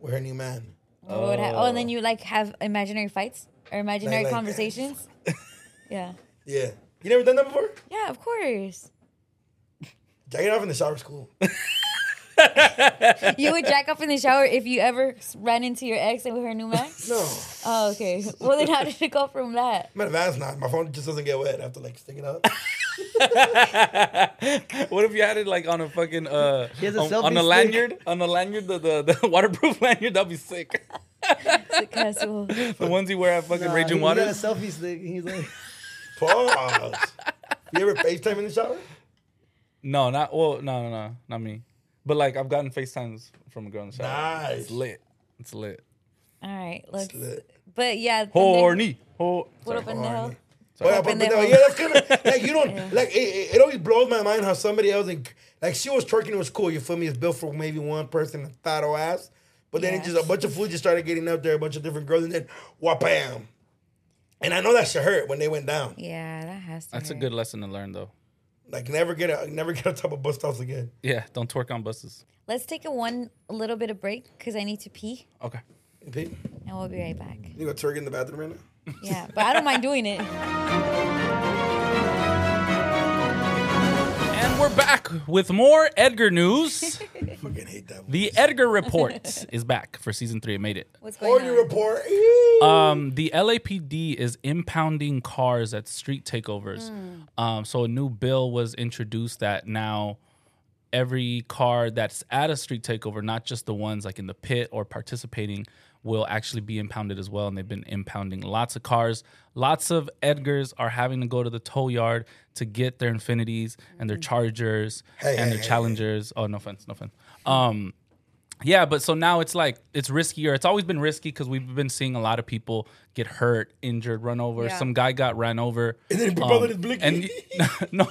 with her new man. What would hap- oh, and then you like have imaginary fights or imaginary like- conversations. yeah. Yeah, you never done that before? Yeah, of course. Jacking off in the shower is cool. You would jack off in the shower if you ever s- ran into your ex and with her new man? No, Oh, okay. Well, then how did it go from that? I'm advanced now. My phone just doesn't get wet. I have to like stick it out. What if you had it like on a fucking uh has a on, selfie on a stick. lanyard? On a lanyard, the, the, the waterproof lanyard, that'd be sick. Successful. The ones you wear at fucking Nah, Raging he got a Waters. selfie stick. He's like, Pause. you ever FaceTime in the shower? No, not well, no, no, no, not me. But like I've gotten FaceTimes from a girl in the shower. Nice. It's lit. It's lit. All right, let's. lit. But yeah, the next- Horny. Ho- What up Sorry. in the hell? But, but, but, Pendejo. yeah, that's kind of like you don't like it, it, it. always blows my mind how somebody else like like she was twerking. It was cool. You feel me? It's built for maybe one person, a fat old ass. But then it just Yes. a bunch of food just started getting up there, a bunch of different girls, and then whapam. And I know that shit hurt when they went down. Yeah, that has to. That's a hurt. good lesson to learn, though. Like never get a, never get on top of bus stops again. Yeah, don't twerk on buses. Let's take a one a little bit of break because I need to pee, Okay. Pete, and we'll be right back. you go twerk in the bathroom right now. Yeah, but I don't mind doing it. And we're back with more Edgar news. Fucking hate that. One. the Edgar Report is back for season three. It made it. What's going Or on? you report. Uh, Um, the LAPD is impounding cars at street takeovers. Um, so a new bill was introduced that now every car that's at a street takeover, not just the ones like in the pit or participating, will actually be impounded as well. And they've been impounding lots of cars. Lots of Edgars are having to go to the tow yard to get their Infinities and their Chargers Hey, and hey, their hey, Challengers. Oh, no offense, no offense. Um, yeah, but so now it's like it's riskier. It's always been risky because we've been seeing a lot of people get hurt, injured, run over. Yeah. Some guy got ran over. And then he um, bubbled his blicky. and no,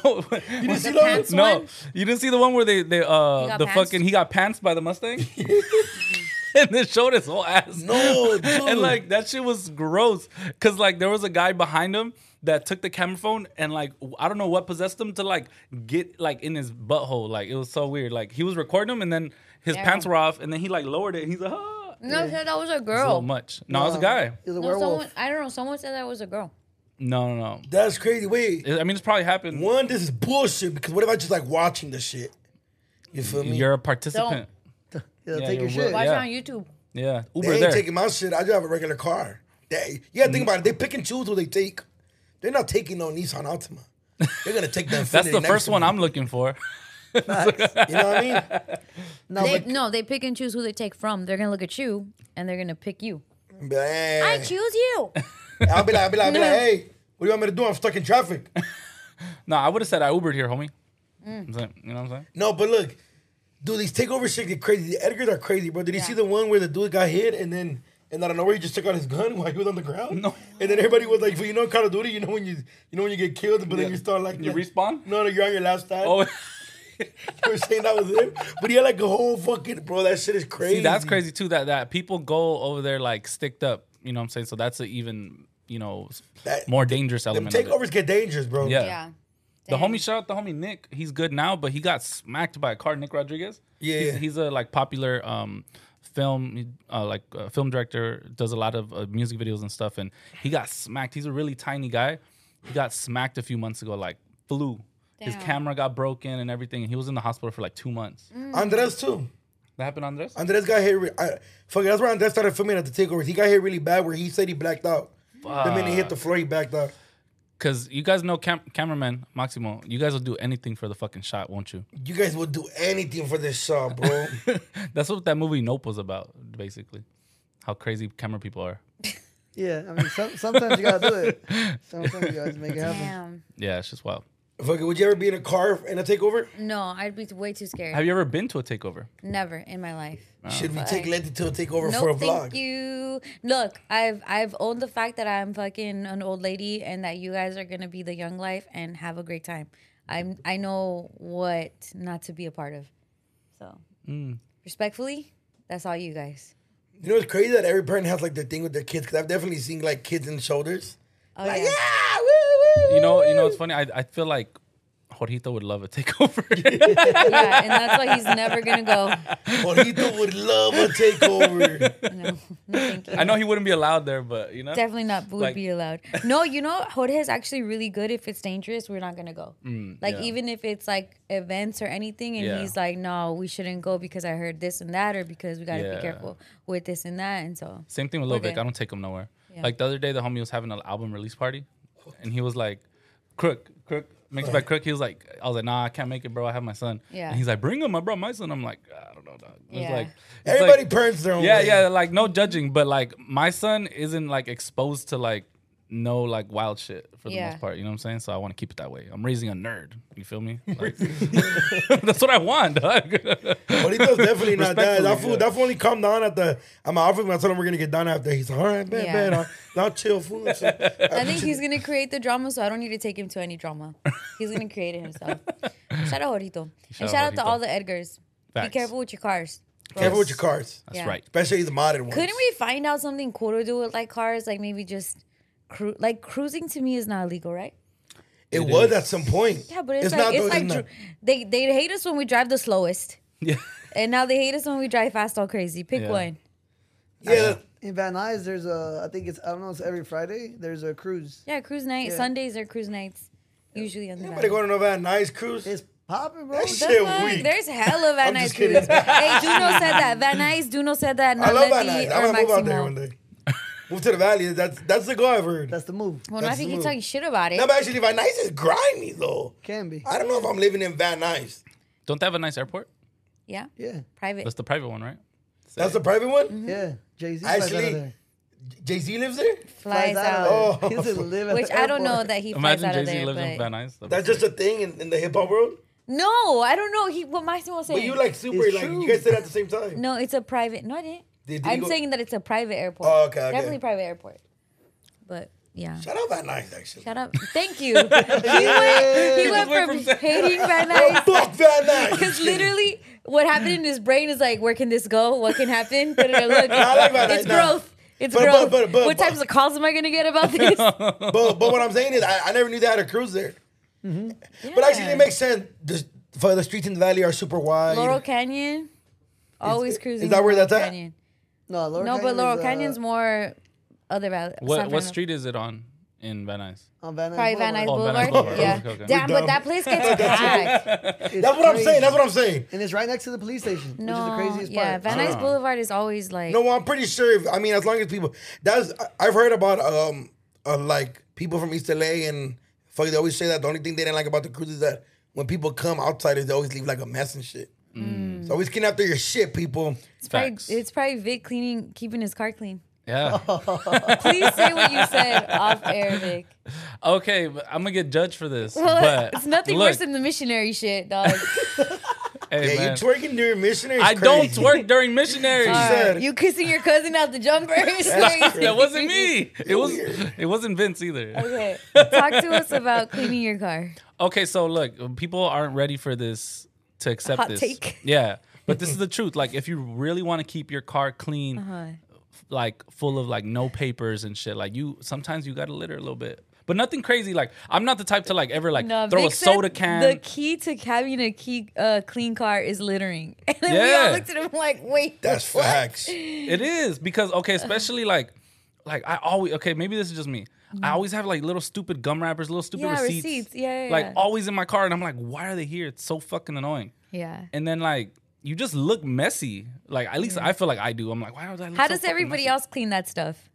You The see that one? pants no, one? you didn't see the one where they they uh got the pantsed? fucking he got pantsed by the Mustang, and they showed his whole ass. No, dude. and like that shit was gross because like there was a guy behind him that took the camera phone and like w- I don't know what possessed him to like get like in his butthole. Like it was so weird. Like he was recording him and then his Yeah. pants were off and then he like lowered it. and He's like, ah, it's No, said that was a a little girl. much. No, it was a guy. He's a No, werewolf. someone I don't know. Someone said that was a girl. No, no, no. that's crazy. Wait, It- I mean, it's probably happened. one, this is bullshit. Because what if I just like watching the shit? You feel me? You're a participant. He'll Yeah, take your you're shit. wel- Watch Yeah. it on YouTube. Yeah, They Uber ain't there. Mm. taking my shit. I just have a regular car. They, yeah, think about it. They pick and choose who they take. They're not taking no Nissan Altima. They're gonna take the That's Infiniti the next first to one me. I'm looking for. You know what I mean? No, They, but no, they pick and choose who they take from. They're gonna look at you and they're gonna pick you. Be like, hey. I choose you. I'll be like, I'll be like, I'll be like, hey, what do you want me to do? I'm stuck in traffic. No, I would have said I Ubered here, homie. I'm saying- You know what I'm saying? No, but look, dude, these takeover shit get crazy. The Edgars are crazy, bro. Did you Yeah. see the one where the dude got hit and then and out of nowhere he just took out his gun while he was on the ground? No. And then everybody was like, well, you know Call of Duty, you know when you you know when you get killed, but then Yeah. you start like You like- respawn? No, no, you're on your last time. Oh, They were saying that was him. But he had like a whole fucking bro, that shit is crazy. See, that's crazy too. That that people go over there like sticked up. You know what I'm saying? So that's an even you know s- That- more dangerous Them element. of it. takeovers get dangerous, bro. Yeah. The Dang. homie, shout out the homie Nick. He's good now, but he got smacked by a car. Nick Rodriguez. Yeah. he's, he's a like popular um, film uh, like uh, film director. Does a lot of uh, music videos and stuff. And he got smacked. He's a really tiny guy. He got smacked a few months ago. Like flew. His Damn. camera got broken and everything. And he was in the hospital for like two months. Mm. Andres too. That happened, Andres. Andres got hit. Re- I, fuck, that's where Andres started filming at the takeovers. He got hit really bad where he said he blacked out. The minute he hit the floor, he backed out. Because you guys know cam- cameraman Maximo. You guys will do anything for the fucking shot, won't you? You guys will do anything for this shot, bro. That's what that movie Nope was about, basically. How crazy camera people are. yeah, I mean, some, sometimes you gotta do it. Sometimes you gotta make it happen. Damn. Yeah, it's just wild. Fuck it, would you ever be in a car and a takeover? No, I'd be way too scared. Have you ever been to a takeover? Never in my life. Should we take Letty to a takeover No, for a thank vlog? you. Look, I've I've owned the fact that I'm fucking an old lady and that you guys are gonna be the young life and have a great time. I'm I know what not to be a part of. So Mm. respectfully, that's all you guys. You know it's crazy that every parent has like their thing with their kids. Cause I've definitely seen like kids in shoulders. Oh, like yeah. yeah, woo, woo, You know, woo, you know, woo." it's funny. I, I feel like Jorgito would love a takeover. yeah, and that's why he's never gonna go. Juanito would love a takeover. No, no thank you. I know he wouldn't be allowed there, but you know, Definitely not would Like- be allowed. No, you know, Jorge is actually really good. If it's dangerous, we're not gonna go. like Mm, yeah. even if it's like events or anything, and Yeah. he's like, "No, we shouldn't go because I heard this and that, or because we gotta Yeah. be careful with this and that." And so, Same thing with Lil We're Vic. good. I don't take him nowhere. Yeah. Like the other day, the homie was having an album release party, and he was like, "Crook, Crook, mixed by Crook." He was like, "I was like, nah, I can't make it, bro. I have my son." Yeah. And he's like, "Bring him, I brought my son." I'm like, "I don't know, dog." It's Yeah. like it's Everybody like- parents their own yeah, way. yeah, like no judging, but like my son isn't like exposed to like no like wild shit for the Yeah. most part. You know what I'm saying? So I want to keep it that way. I'm raising a nerd. You feel me? Like, that's what I want, dog. But he does definitely not that. That Respectfully, fool, that fool only calmed down at the at my office when I told him we're gonna get done after. He's like, all right, man, Yeah. man, I'll, I'll chill, fool. and shit. I think he's gonna create the drama, so I don't need to take him to any drama. He's gonna create it himself. shout out Jorito. and out shout out to Jorito. all the Edgars. Facts. Be careful with your cars. Careful with your cars, That's Yeah. right. especially the modern ones. Couldn't we find out something cool to do with like cars? Like maybe just cru- like cruising to me is not illegal, right? It, It was is. at some point. Yeah, but it's like not. it's though, like not. dr- they they hate us when we drive the slowest, Yeah. and now they hate us when we drive fast all crazy. Pick Yeah. one. yeah, In Van Nuys, there's a, I think it's, I don't know, it's every Friday, there's a cruise. Yeah, cruise night. Yeah. Sundays are cruise nights. Usually on the nobody night. going to that nice cruise. It's popping, bro. That That's shit Fuck, weak. There's hella Van I'm Nuys just cruise. kidding. hey, Duno said that. Van Nuys, Duno said that. I love that Naledi night. or I might move out Maximo. there one day. move to the valley. That's that's the goal I've heard. the move. Well, not That's if you the keep move. talking shit about it. no, but actually, Van Nuys is grimy though. Can be. I don't know if I'm living in Van Nuys. Don't they have a nice airport? yeah, Yeah. private. That's the private one, right? That's the private Mm-hmm. one. Yeah. Jay Z Actually, Jay Z lives there. flies out. of there. Oh. He doesn't live at Which the I don't know airport. that he flies Imagine out Jay of Z there. lives in but- Van Nuys. That'd be That's just a thing in, in the hip hop world. No, I don't know. He what Maximo said. But you like super. It's like true. you guys said at the same time. No, it's a private. No, I didn't. Did- did he I'm go- saying that it's a private airport. Oh, okay, okay. Definitely private airport. But yeah. Shout out Van Nuys actually. Shut up. Thank you. he went, he went went from from saying- hating Van Nuys Fuck Van Nuys. Because literally, what happened in his brain is like, where can this go? What can happen? Da, da, da, look, I like that it's idea. growth. It's But- growth. but- but- but- what but- types of calls am I gonna get about this? but but what I'm saying is I, I never knew they had a cruise there. But actually, Yeah. it makes sense. The, for the streets in the valley are super wide. Laurel Canyon, always is cruising. that where Laurel that's at? Canyon. No, Laurel No, but Canyon Laurel is, uh, Canyon's more other valley. San what Fernando. what street is it on in Van Nuys? on Van Nuys. Probably Van Nuys Boulevard. Oh, Van Boulevard. Nuys Boulevard. Yeah. Okay, okay. Damn, but You're dumb. that place gets packed. It's That's what I'm saying. crazy. That's what I'm saying. And it's right next to the police station, No. which is the craziest yeah, part. Van Nuys Boulevard is always like. No, well, I'm pretty sure. If, I mean, as long as people, that's I- I've heard about um uh, like people from East LA and fuck, they always say that the only thing they didn't like about the cruise is that when people come outsiders, they always leave like a mess and shit. So always clean after your shit, people. it's, probably, Facts. it's probably Vic cleaning, keeping his car clean. Yeah. Oh. Please say what you said off air, Vic. okay, but I'm gonna get judged for this. Well, but it's nothing look, worse than the missionary shit, dog. Yeah, Hey, man, you twerking during missionary. is I don't crazy. twerk during missionaries. Sorry. said- you kissing your cousin out the jumper. It's crazy. that wasn't me. It was. It wasn't Vince either. Okay, talk to us about cleaning your car. Okay, so look, people aren't ready for this to accept Hot this. take. Yeah, but this is the truth. Like, if you really want to keep your car clean, Uh-huh. like full of like no papers and shit, like you sometimes you gotta litter a little bit, but nothing crazy. Like, I'm not the type to like ever like throw Vic a said soda can. The key to having a key, uh, clean car is littering. And then we all Yeah. looked at him like, wait. That's facts. It is because okay, especially like like I always okay, maybe this is just me. I always have like little stupid gum wrappers, little stupid Mm-hmm. Yeah, receipts. receipts. Yeah, yeah, Like yeah. always in my car and I'm like, why are they here? It's so fucking annoying. Yeah. And then like you just look messy. Like at least I feel like I do. I'm like, why would I look How so does fucking everybody messy? else clean that stuff?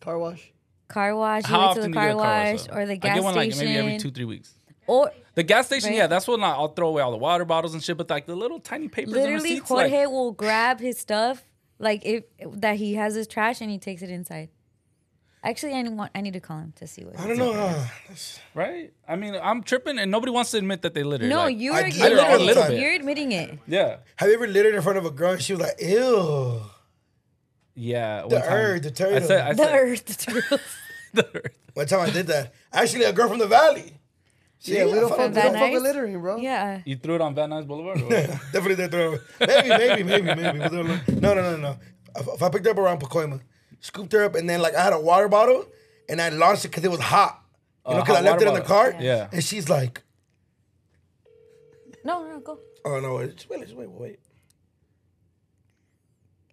Car wash. Car wash, you How went to often the do you car, get a car wash though? or the gas I get one like station. maybe every two, three weeks. or The gas station, Right. yeah, that's when I- I'll throw away all the water bottles and shit, but like the little tiny papers and literally, receipts, Jorge like, will grab his stuff, like if that he has his trash, and he takes it inside. Actually, I want I need to call him to see what. I don't know. How, that's- right? I mean, I'm tripping and nobody wants to admit that they litter. No, like- you're I admitting did it all the it. time. You're admitting it. Yeah. have you ever littered in front of a girl and she was like, "Ew"? Yeah. one The time. earth, the I turtle. said, I The said, earth turtles. the earth. One time I did that. Actually, a girl from the valley. She- Yeah, we don't I fuck, fucking- we Van don't fuck Nuys? with littering, bro. Yeah. You threw it on Van Nuys Boulevard? Or what? Definitely that throw. Maybe, maybe, maybe, maybe. But they're like- no, no, no, no. If, if I picked her up around Pacoima, scooped her up, and then like I had a water bottle, and I launched it because it was hot. You know, Uh, because I hot left it water in the bottle. car. Yeah. And she's like, No, no, go. "Oh no, wait, just wait, just wait, wait."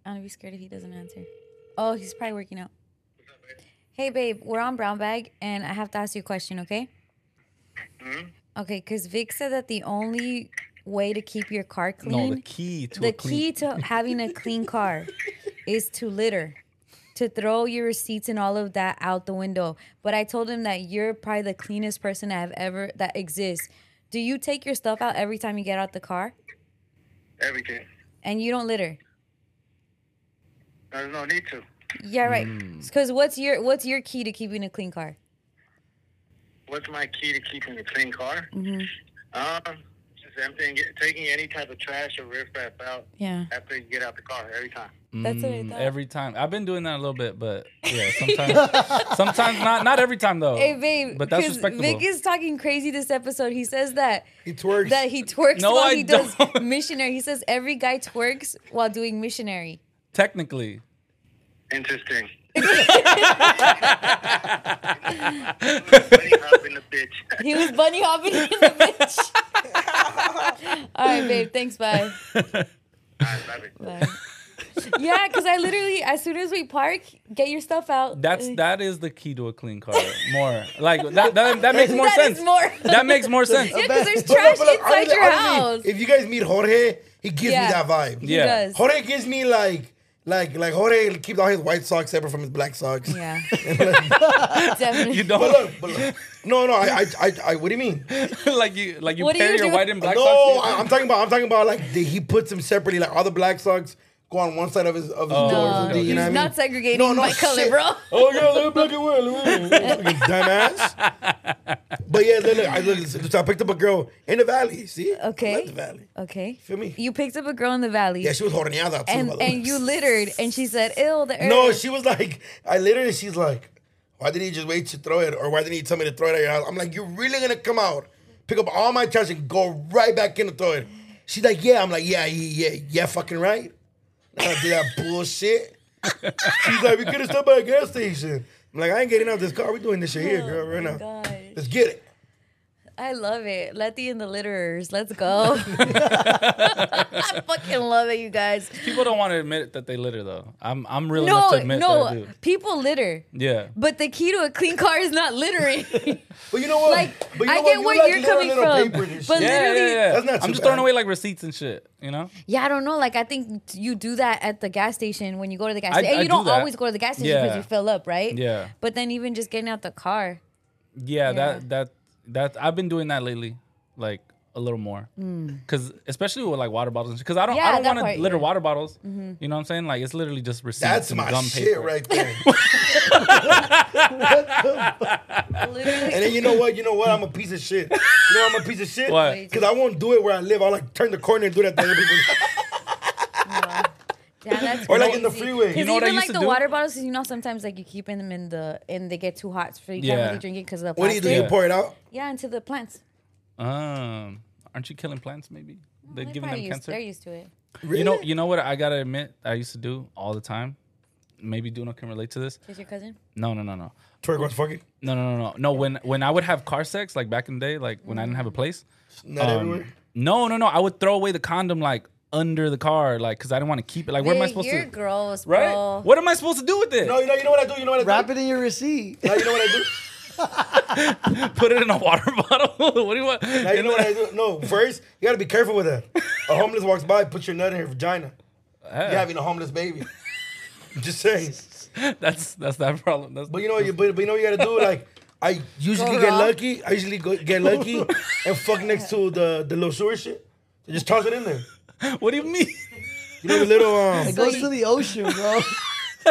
I'm gonna be scared if he doesn't answer. Oh, he's probably working out. Hey, babe, we're on Brown Bag, and I have to ask you a question, okay? Okay, because Vic said that the only way to keep your car clean, no, the key to the a clean. key to having a clean car is to litter, to throw your receipts and all of that out the window. But I told him that you're probably the cleanest person I've ever that exists. Do you take your stuff out every time you get out the car, Everything. and you don't litter? There's no need to. Yeah, right. Mm. Because what's your what's your key to keeping a clean car? What's my key to keeping a clean car? Mm-hmm. Um, just emptying, taking any type of trash or riffraff out Yeah, after you get out the car every time. that's what I Mm, thought. Every time. I've been doing that a little bit, but yeah, sometimes sometimes not not every time though. Hey babe, But that's 'cause respectable. Vic is talking crazy this episode. He says that He twerks. that he twerks No, while I he does don't. missionary. He says every guy twerks while doing missionary. Technically. Interesting. Funny hopping the bitch. He was bunny hopping in the bitch. All right, babe. Thanks. Bye. I love it. Bye. Yeah, because I literally, as soon as we park, get your stuff out. Uh, That's that is the key to a clean car. More. Like that that, that makes more That is sense. more. That makes more sense. Yeah, because there's But no, trash but look, inside honestly- your house. honestly, If you guys meet Jorge, he gives Yeah. me that vibe. He Yeah. does. Jorge gives me like, like, like Jorge keeps all his white socks separate from his black socks. Yeah, but definitely. You don't look, but look. No, no, I, I, I, I, what do you mean? like you like you What do pair you your do? white and black no, socks. I, am talking about, I'm talking about like the, he puts them separately. Like all the black socks go on one side of his of his Oh, door. okay, so the- okay. you know what I He's mean? not segregating No, no by color, shit. bro. Oh yeah, they're black and white. look at that. Fucking dumbass. But yeah, look, look, I look. So I picked up a girl in the valley. See, Okay. I love the valley. Okay. Feel me? You picked up a girl in the valley. Yeah, she was horneada too. and by the way. and you littered, and she said, "Ill the earth." No, she was like, I literally, she's like, why didn't you just wait to throw it? Or why didn't you tell me to throw it at your house? I'm like, you're really gonna come out, pick up all my trash and go right back in and throw it. She's like, yeah. I'm like, yeah, yeah, yeah, yeah, fucking right. I do that bullshit. She's like, we could have stopped by a gas station. I'm like, I ain't getting out of this car. We're doing this shit here, girl, right now. Oh God. Let's get it. I love it. Letty and the litterers. Let's go. I fucking love it, you guys. People don't want to admit that they litter though. I'm I'm real enough to No, admit that I no, do. people litter. Yeah. But the key to a clean car is not littering. But you know what? like but you I know get You what like you're little, coming little from. papers and But shit. Yeah, yeah, literally, yeah. That's not I'm too just throwing bad. away like receipts and shit, you know? Yeah, I don't know. Like I think you do that at the gas station when you go to the gas I- station. And I you do don't that. always go to the gas station because Yeah. you fill up, right? Yeah. But then even just getting out the car. Yeah, Yeah. that that that I've been doing that lately, like a little more, because especially with like water bottles, because I don't Mm. Yeah, I don't that want part, to litter yeah. Mm-hmm. water bottles. You know what I'm saying? Like it's literally just receipts That's and my gum shit paper. right there. Literally. And then you know what? You know what? I'm a piece of shit. You know I'm a piece of shit? What? Because I won't do it where I live. I'll like turn the corner and do that thing. Yeah, that's Or, like, in the crazy. freeway. You 'Cause know what I even used like to the do? water bottles, 'cause you know sometimes like you keep in them in the and they get too hot, so you can't Yeah. really drink it because of the what do plastic. you do? You Yeah. pour it out? Yeah, into the plants. Um, aren't you killing plants? Maybe they're They giving them probably used, cancer. they're used to it. You know, you know what I gotta admit, I used to do all the time. Maybe Duno can relate to this. Is your cousin? No, no, no, no. Twerk was fucking. No, no, no, no, no. When when I would have car sex, like back in the day, like when I didn't have a place, Not um, everywhere. no, no, no. I would throw away the condom like under the car, like because I didn't want to keep it. Like, where am I Vic, supposed you're to? gross, Right? bro. What am I supposed to do with it? No, you know, you know what I do? You know what I do? Wrap it in your receipt. Now you know what I do? Put it in a water bottle. what do you want? Now you know what I do? No, first, you gotta be careful with that. A homeless walks by, put your nut in her vagina. You're having a homeless baby. Just saying. that's that's that problem. That's But you know, you, but, but you know what you gotta do? Like, I usually Go get raw. lucky. I usually go, get lucky and fuck next to the, the little sewer shit. So just toss it in there. what do you mean? You know, the little, um, It goes to the ocean, bro.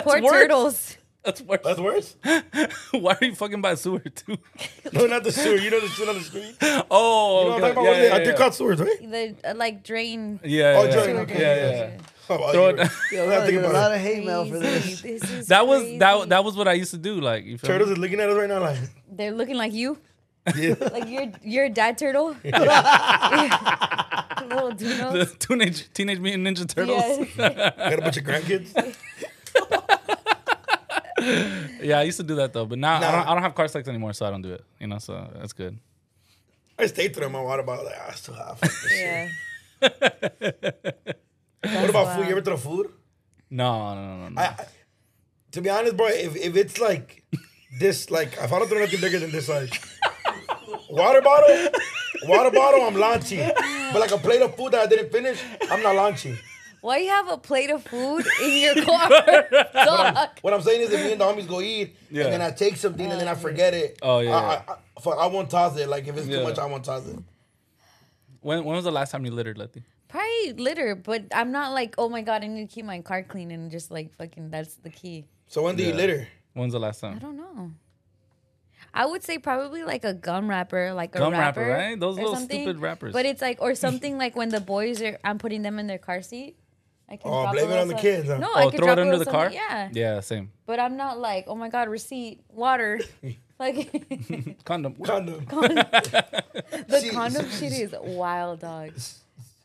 Poor worse. turtles. That's worse. That's worse. Why are you fucking by sewer too? No, not the sewer. You know the shit on the street. You know what Oh, I'm okay. talking about? yeah, What is it? yeah, I think yeah. called sewers, right? The uh, like drain. yeah, Oh, yeah, Jordan, yeah, okay, yeah, yeah. yeah. Oh, wow, Throw you it- were- Yo, I I think get a about lot it. of hate mail for this. Crazy. This is That was crazy. that that was what I used to do. Like you feel me? Turtles is looking at us right now, like, They're looking like you. yeah. Like you're you're a dad turtle. Little the Dunos. teenage teenage mutant ninja turtles. Yeah. got a bunch of grandkids. Yeah. I used to do that though, but now I, Nah. don't, I don't have car sex anymore, so I don't do it. You know, so that's good. I stayed through my water bottle. Like, ah, I still have. Fuck this shit. yeah. What about food? You ever throw food? No, no, no, no. no. I, I, to be honest, bro, if, if it's like this, like if I don't throw nothing bigger than this size, water bottle, water bottle, I'm launching. But like a plate of food that I didn't finish, I'm not launching. Why you have a plate of food in your car? Dog. What I'm saying is, if me and the homies go eat, Yeah. and then I take something and then I forget it. Oh, yeah, I, yeah. I, I, fuck, I won't toss it. Like if it's Yeah. too much, I won't toss it. When when was the last time you littered, Letty? Probably litter, but I'm not like, oh my god, I need to keep my car clean and just like fucking. That's the key. So when do you Yeah. litter? When's the last I time? don't know. I would say probably like a gum wrapper, like Gum a wrapper, wrapper, right? Those or little something. stupid wrappers. But it's like, or something like when the boys are, I'm putting them in their car seat. I can Oh, drop a blame it little on the some- kids, huh? No, I Oh, can throw drop it a under little the car. something- Yeah, Yeah, same. but I'm not like, oh my god, receipt, water, like the Condom. Condom. See, condom shit is wild, dog.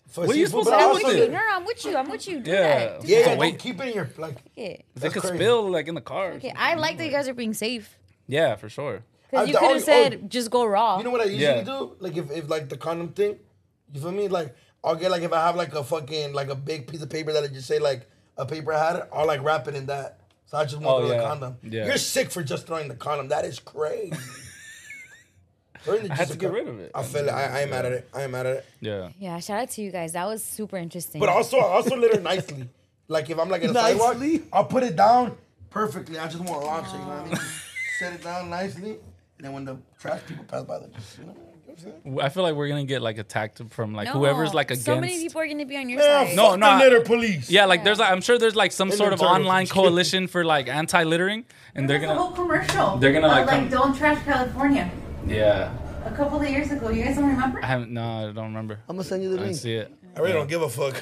For What are you seafood, supposed but to do I'm with also- with it? you. No, I'm with you. I'm with you. Do Yeah. that. Do Yeah, yeah, So don't wait. keep it in your like. it. They could crazy. spill like in the car. or Okay, something. I like that you guys are being safe. Yeah, for sure. Because I've you done- could oh, have said, just go raw. You know what I usually Yeah. do? Like if, if like the condom thing, you feel me? Like I'll get like if I have like a fucking like a big piece of paper that I just say like a paper I had, I'll like wrap it in that. So I just want Oh, to throw the yeah. condom. Yeah. You're sick for just throwing the condom. That is crazy. I had to get rid of it. I feel it. I, I am mad at it. I am mad at it. Yeah. Yeah, shout out to you guys. That was super interesting. But also, I also litter nicely. Like if I'm like in a Nicely? sidewalk, I'll put it down perfectly. I just want to launch it. You know what I mean? Set it down nicely, and then when the trash people pass by, they just you know. you know what I'm saying? I feel like we're gonna get like attacked from like No, whoever's like against. So many people are going to be on your Yeah, side. No, fuck no, I- the litter police. yeah, like there's like, I'm sure there's like some They're sort of turtles. online coalition for like anti-littering, and they're There's a whole gonna commercial. they're gonna, of, like, like, come- don't trash California. yeah. A couple of years ago, you guys don't remember? I haven't. No, I don't remember. I'm gonna send you the I didn't link. see it. I really don't give a fuck.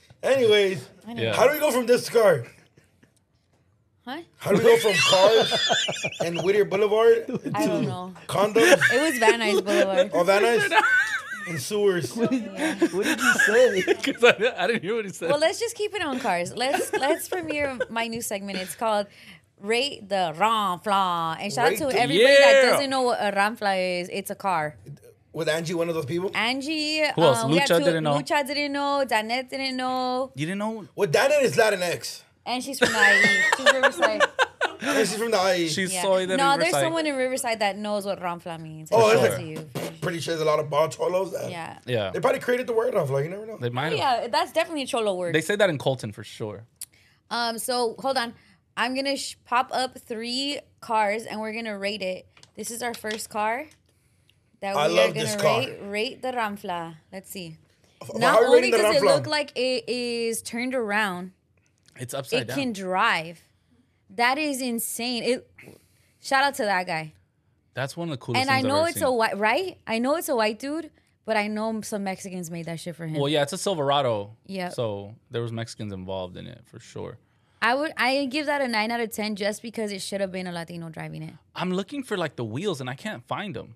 Anyways, Yeah. how do we go from this car? Huh? How do we go from cars and Whittier Boulevard, I don't know. condoms, It was Van Nuys Boulevard. Havanas, and sewers? What did you say? 'Cause I, I didn't hear what he said. Well, let's just keep it on cars. Let's let's premiere my new segment. It's called Rate the Ramfla. And shout Rate out the- to everybody that Yeah. doesn't know what a Ramfla is. It's a car. With Angie, one of those people. Angie. uh, Who else? we have Lucha two- didn't know. Lucha didn't know. Danette didn't know. you didn't know Well, Dana is Latinx. And she's from IE. She's Riverside. And she's from the E, IE. she's Yeah. soy no, that there's someone in Riverside that knows what Ramfla means. Oh, Shout is out there? to you. Pretty sure there's a lot of bar cholos. That Yeah. Yeah, They probably created the word off. Like you never know. they might. have. Yeah, that's definitely a cholo word. They say that in Colton for sure. Um, so hold on. I'm gonna sh- pop up three cars and we're gonna rate it. This is our first car that we I are love gonna this car. rate. Rate the Ramfla. Let's see. How Not are you only rating the does it Ramfla? look like it is turned around, It's upside it down. can drive. That is insane. It. Shout out to that guy. That's one of the coolest. And I things I've know ever it's seen. a white, right? I know it's a white dude, but I know some Mexicans made that shit for him. Well, yeah, it's a Silverado. Yep. So there was Mexicans involved in it for sure. I would, I give that a nine out of ten just because it should have been a Latino driving it. I'm looking for like the wheels and I can't find them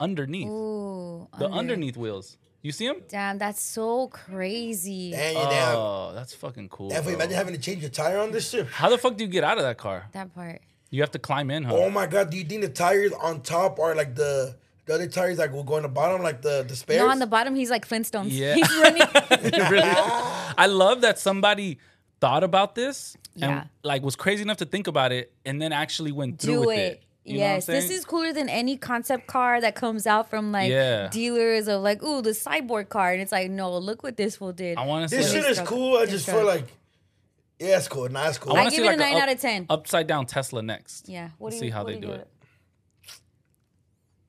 underneath Ooh, the under. underneath wheels. You see them? Damn, that's so crazy. Damn, you damn. Oh, that's fucking cool. If bro. imagine having to change your tire on this shit. How the fuck do you get out of that car? That part. You have to climb in, huh? Oh my god, do you think the tires on top are like the the other tires like will go on the bottom like the the spares? No, on the bottom, he's like Flintstones. Yeah. He's running. Really? I love that somebody thought about this and Yeah. like was crazy enough to think about it and then actually went through Do with it. it. You know what I'm yes, this saying? is cooler than any concept car that comes out from like Yeah. dealers of like, ooh, the cyborg car. And it's like, no, look what this fool did. I want to this see. shit like- is cool. I just Destroy. feel like yeah, it's cool. Nah, it's cool. wanna I give see, it a like, nine up- out of 10. Upside down Tesla next. yeah. What Let's do you see how what they you do give it.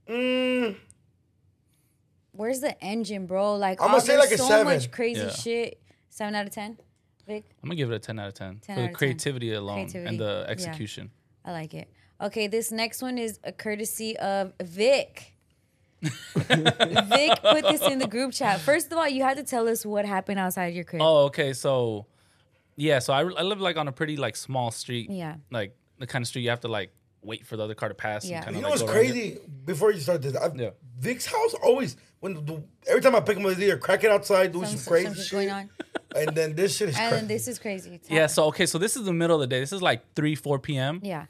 Mm, Where's the engine, bro? Like, I'm gonna oh, say, there's like, a so seven. much crazy Yeah. shit. Seven out of ten. Vic, I'm gonna give it a ten out of ten, 10 for out the of 10. creativity alone Creativity. and the Yeah. execution. I like it. Okay, this next one is a courtesy of Vic. Vic put this in the group chat. First of all, you had to tell us what happened outside your crib. Oh, okay. So, yeah. So I, I live like on a pretty like small street. Yeah. Like the kind of street you have to like wait for the other car to pass. Yeah. And kind You of, know like, what's go around it. crazy? Before you start this, I, Yeah. Vic's house always when the, every time I pick him up, he's either cracking outside doing some, Some- crazy something's shit, going on. and then this shit is And crazy. then this is crazy. Tell Yeah. us. So okay. So this is the middle of the day. This is like three, four p.m. yeah.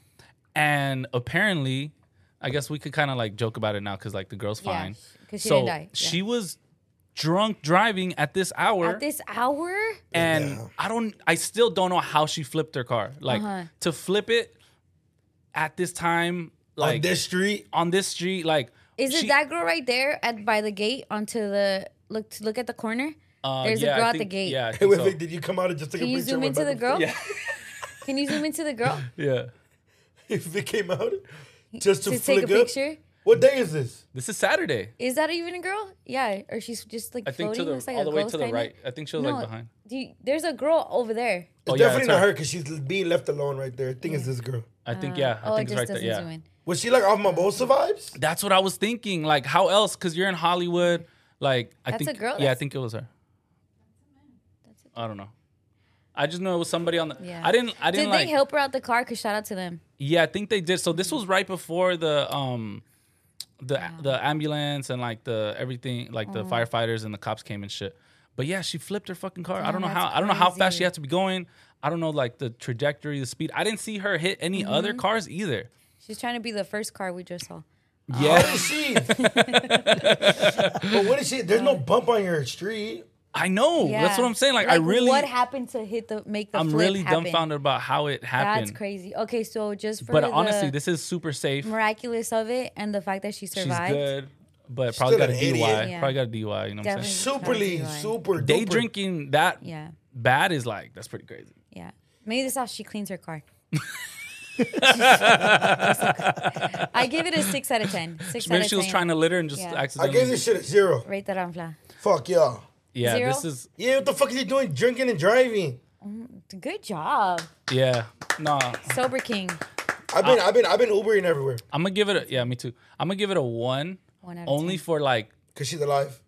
And apparently, I guess we could kind of like joke about it now because like the girl's Yeah, fine. 'cause she so didn't die. Yeah. she was drunk driving at this hour. At this hour, and Yeah. I don't, I still don't know how she flipped her car. Like Uh-huh. to flip it at this time, like on this street, on this street, like is it she- that girl right there at by the gate onto the look to look at the corner? Uh, There's yeah, a girl I at the think- gate. Yeah, I hey, think wait, so. Vic, did you come out and just take Can a you picture? zoom and into the went girl? Yeah. Can you zoom into the girl back yeah. and forth? If Vic came out just to, to flick take a up, picture? What day is this? This is Saturday. Is that even a girl? Yeah, or she's just like I think to floating. the Looks like all a the way ghost to the kinda. right. I think she was No, like behind. do you- there's a girl over there. It's Oh, yeah, definitely it's not her. her because she's being left alone right there. I think it's this girl. I think yeah. I oh, think it it's just right there. doesn't Yeah. zoom in. Was she like off Mabosa vibes? That's what I was thinking. Like, how else? Because you're in Hollywood. Like, I That's think. a girl Yeah, I that's- think it was her. I don't know. I just know it was somebody on the. Yeah. I didn't. I didn't Did like. they help her out the car? Cause shout out to them. Yeah, I think they did. So this was right before the um, the the ambulance and like the everything, like Mm. the firefighters and the cops came and shit. But yeah, she flipped her fucking car. I don't know Damn, how. that's I don't know how fast crazy. she had to be going. I don't know like the trajectory, the speed. I didn't see her hit any other Mm-hmm. cars either. She's trying to be the first car we just saw. Yeah, What is she? but what is she? There's no bump on your street. I know. Yeah. That's what I'm saying. Like, I really, what happened to hit the make the I'm flip really happen? dumbfounded about how it happened. That's crazy. Okay, so just for But the honestly, this is super safe. miraculous of it and the fact that she She's survived. good, but probably Still got a an idiot. DUI. Yeah. Probably got a DUI. You know what I'm Definitely. saying? Superly, That's super. Day duper. drinking that Yeah, bad is like that's pretty crazy. yeah. Maybe this is how she cleans her car. I give it a six out of ten. Six out Maybe of she was ten. trying to litter and just Yeah. I accidentally. gave this shit a zero. rate that on fly. Fuck y'all. yeah, Zero? this is Yeah, what the fuck are you doing? Drinking and driving. Good job, yeah. Nah, sober king. I've Ah. been, I've been, I've been Ubering everywhere I'm gonna give it. A, yeah, me too. I'm gonna give it a one. One out of Only for like because she's alive.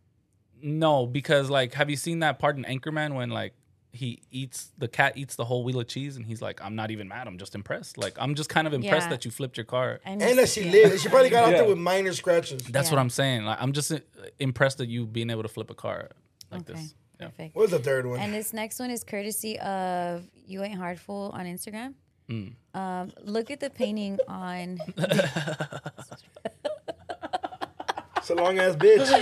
no, because like have you seen that part in Anchorman when like he eats the cat eats the whole wheel of cheese and he's like I'm not even mad. I'm just impressed. Like I'm just kind of impressed Yeah. that you flipped your car. I And missed- that she yeah. lived. She probably got out Yeah. there with minor scratches. That's Yeah. what I'm saying. Like I'm just uh, impressed that you being able to flip a car like Okay, this. Yeah. perfect. What was the third one? And this next one is courtesy of You Ain't Hardful on Instagram. Mm. Um, look at the painting on. It's a long ass bitch. That's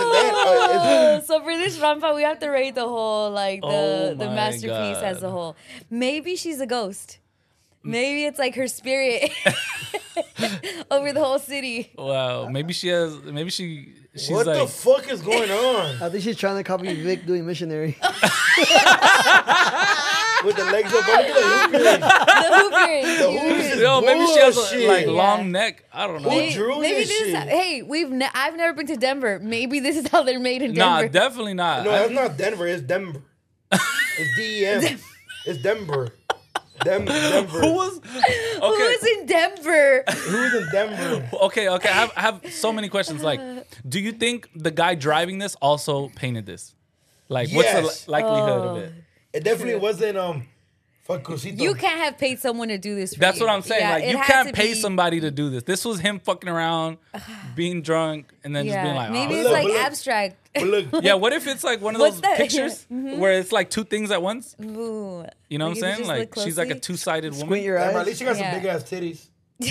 a that. Uh, Oh, so for this Rampa, we have to rate the whole like the Oh the my masterpiece as a God. Mm. whole. Maybe she's a ghost. Maybe it's like her spirit over the whole city. Wow. Maybe she has. Maybe she. it's, She's what like. the fuck is going on I think she's trying to copy Vic doing missionary. with the legs up? under the hoop? The hoop earring. The hoops is Yo, maybe she has a, bullshit. like Yeah. long neck. I don't know. Who Maybe- drew maybe this this is shit? how- hey, we've ne- I've never been to Denver. Maybe this is how they're made in Nah, Denver. definitely not. No, I- that's not Denver. It's Denver. It's DEM. It's Denver. Dem- Denver. Who was? Okay. Who's in Denver? Who's in Denver? okay. Okay. I have, I have so many questions. Like, do you think the guy driving this also painted this? Like, what's Yes. the li- likelihood Oh, of it? It definitely wasn't um. Fuck Crucito. You can't have paid someone to do this. For That's you. what I'm saying. Yeah, like, it you had can't to pay be- somebody to do this. This was him fucking around, being drunk, and then just Yeah, being like, maybe "Oh, it's look, like look. abstract. But look, yeah. What if it's like one of What's those that? pictures where it's like two things at once? Ooh. You know Like, if you what I'm saying? just Like look she's like a closely. two-sided woman. Squint your damn, at least eyes. you got some Yeah. big ass titties.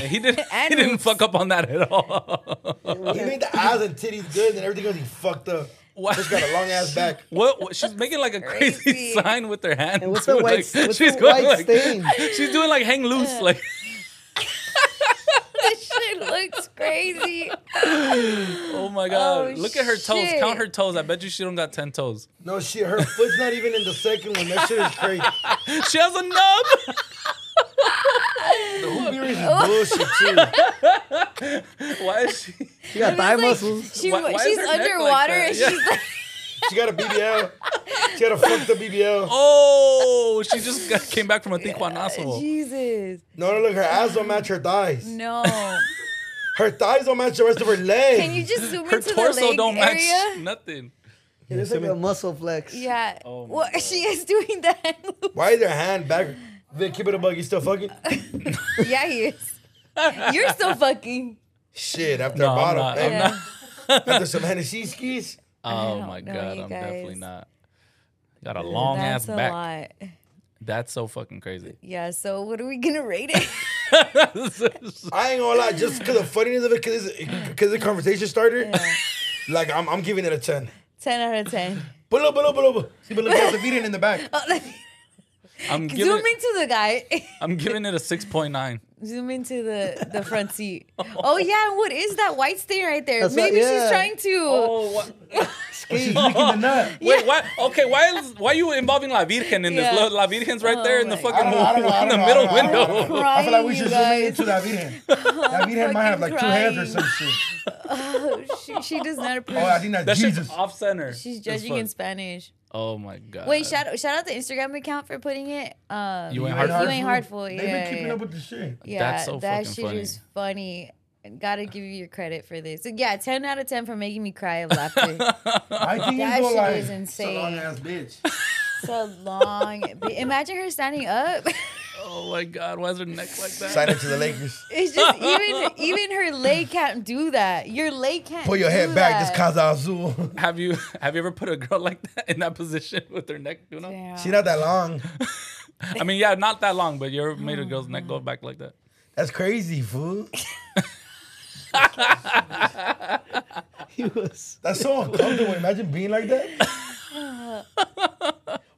He didn't. And he didn't roots. fuck up on that at all. You need the eyes and titties good, and everything gonna be fucked up. What? Just got a long ass back. What, what- She's making like a crazy, Crazy. sign with her hand. And what's the too, white- like, what's the white stain? She's doing like hang loose. Like this shit looks crazy. oh my god! Oh, Look at her toes. shit. Count her toes. I bet you she don't got ten toes. No shit, her foot's not even in the second one. That shit is crazy. She has a nub. The hoop earrings is bullshit too. Why is she? She got thigh Like, muscles. she- Why- why is she's her neck like underwater that? and Yeah. she's like, She got a BBL. She got a fucked up BBL. Oh, she just got, came back from a Tijuanazo. Jesus. No, no, look, her ass don't match her thighs. No. Her thighs don't match the rest of her legs. Can you just zoom Her into the torso leg don't match area? nothing. It looks like a muscle flex. Yeah. Oh my what she is doing that. Why is her hand back? Vic, keep it a bug. You still fucking? yeah, he is. You're still fucking. Shit, after No, a I'm bottle. not. man. I'm Yeah. After some Hennessy skis. Oh don't my know, god! you I'm definitely guys. not. Got a long That's ass a back. lot. That's so fucking crazy. Yeah. So what are we gonna rate it? I ain't gonna lie, just because the funniness of it, because because the conversation starter, like I'm, I'm giving it a ten. ten out of ten. Pull up, pull up, pull up. See, but look, there's a feeding in the back. Oh, I'm Zoom giving it, into the guy. I'm giving it a six point nine. Zoom into the, the front seat. Oh yeah, what is that white stain right there? That's what- Maybe yeah. she's trying to. Oh, what? Ski. the nut. wait, why? Okay, why is why you involving La Virgen in Yeah. Oh this? La, La Virgen's right there in the my fucking I don't know, I don't know, I in don't the know, I middle don't know, I don't window. know. Crying, I feel like we you should zoom guys. in into that Virgen. That Virgen might have like two heads or some shit. Oh, she, she does not approve. Oh, I think that's That Jesus. shit's off center. She's as judging fuck. in Spanish. Oh my god. Wait, shout shout out the Instagram account for putting it. Um, You ain't Ain't hard. You ain't hurtful. hurtful, They've been yeah, keeping yeah. up with the shit. Yeah, That's so that fucking shit funny. is funny. Gotta give you your credit for this. So, yeah, ten out of ten for making me cry of laughter. I think That you go shit like, is it's a long insane. ass bitch. so long. But imagine her standing up. Oh my god, why is her neck like that? Sign up to the Lakers. It's just even even her leg can't do that. Your leg can't. Pull your head do back. This that. Kaza Azul. Have you have you ever put a girl like that in that position with her neck doing up? Damn. she not that long. I mean, yeah, not that long, but you ever made a girl's neck go back like that? That's crazy, fool. He was. That's so uncomfortable. Imagine being like that.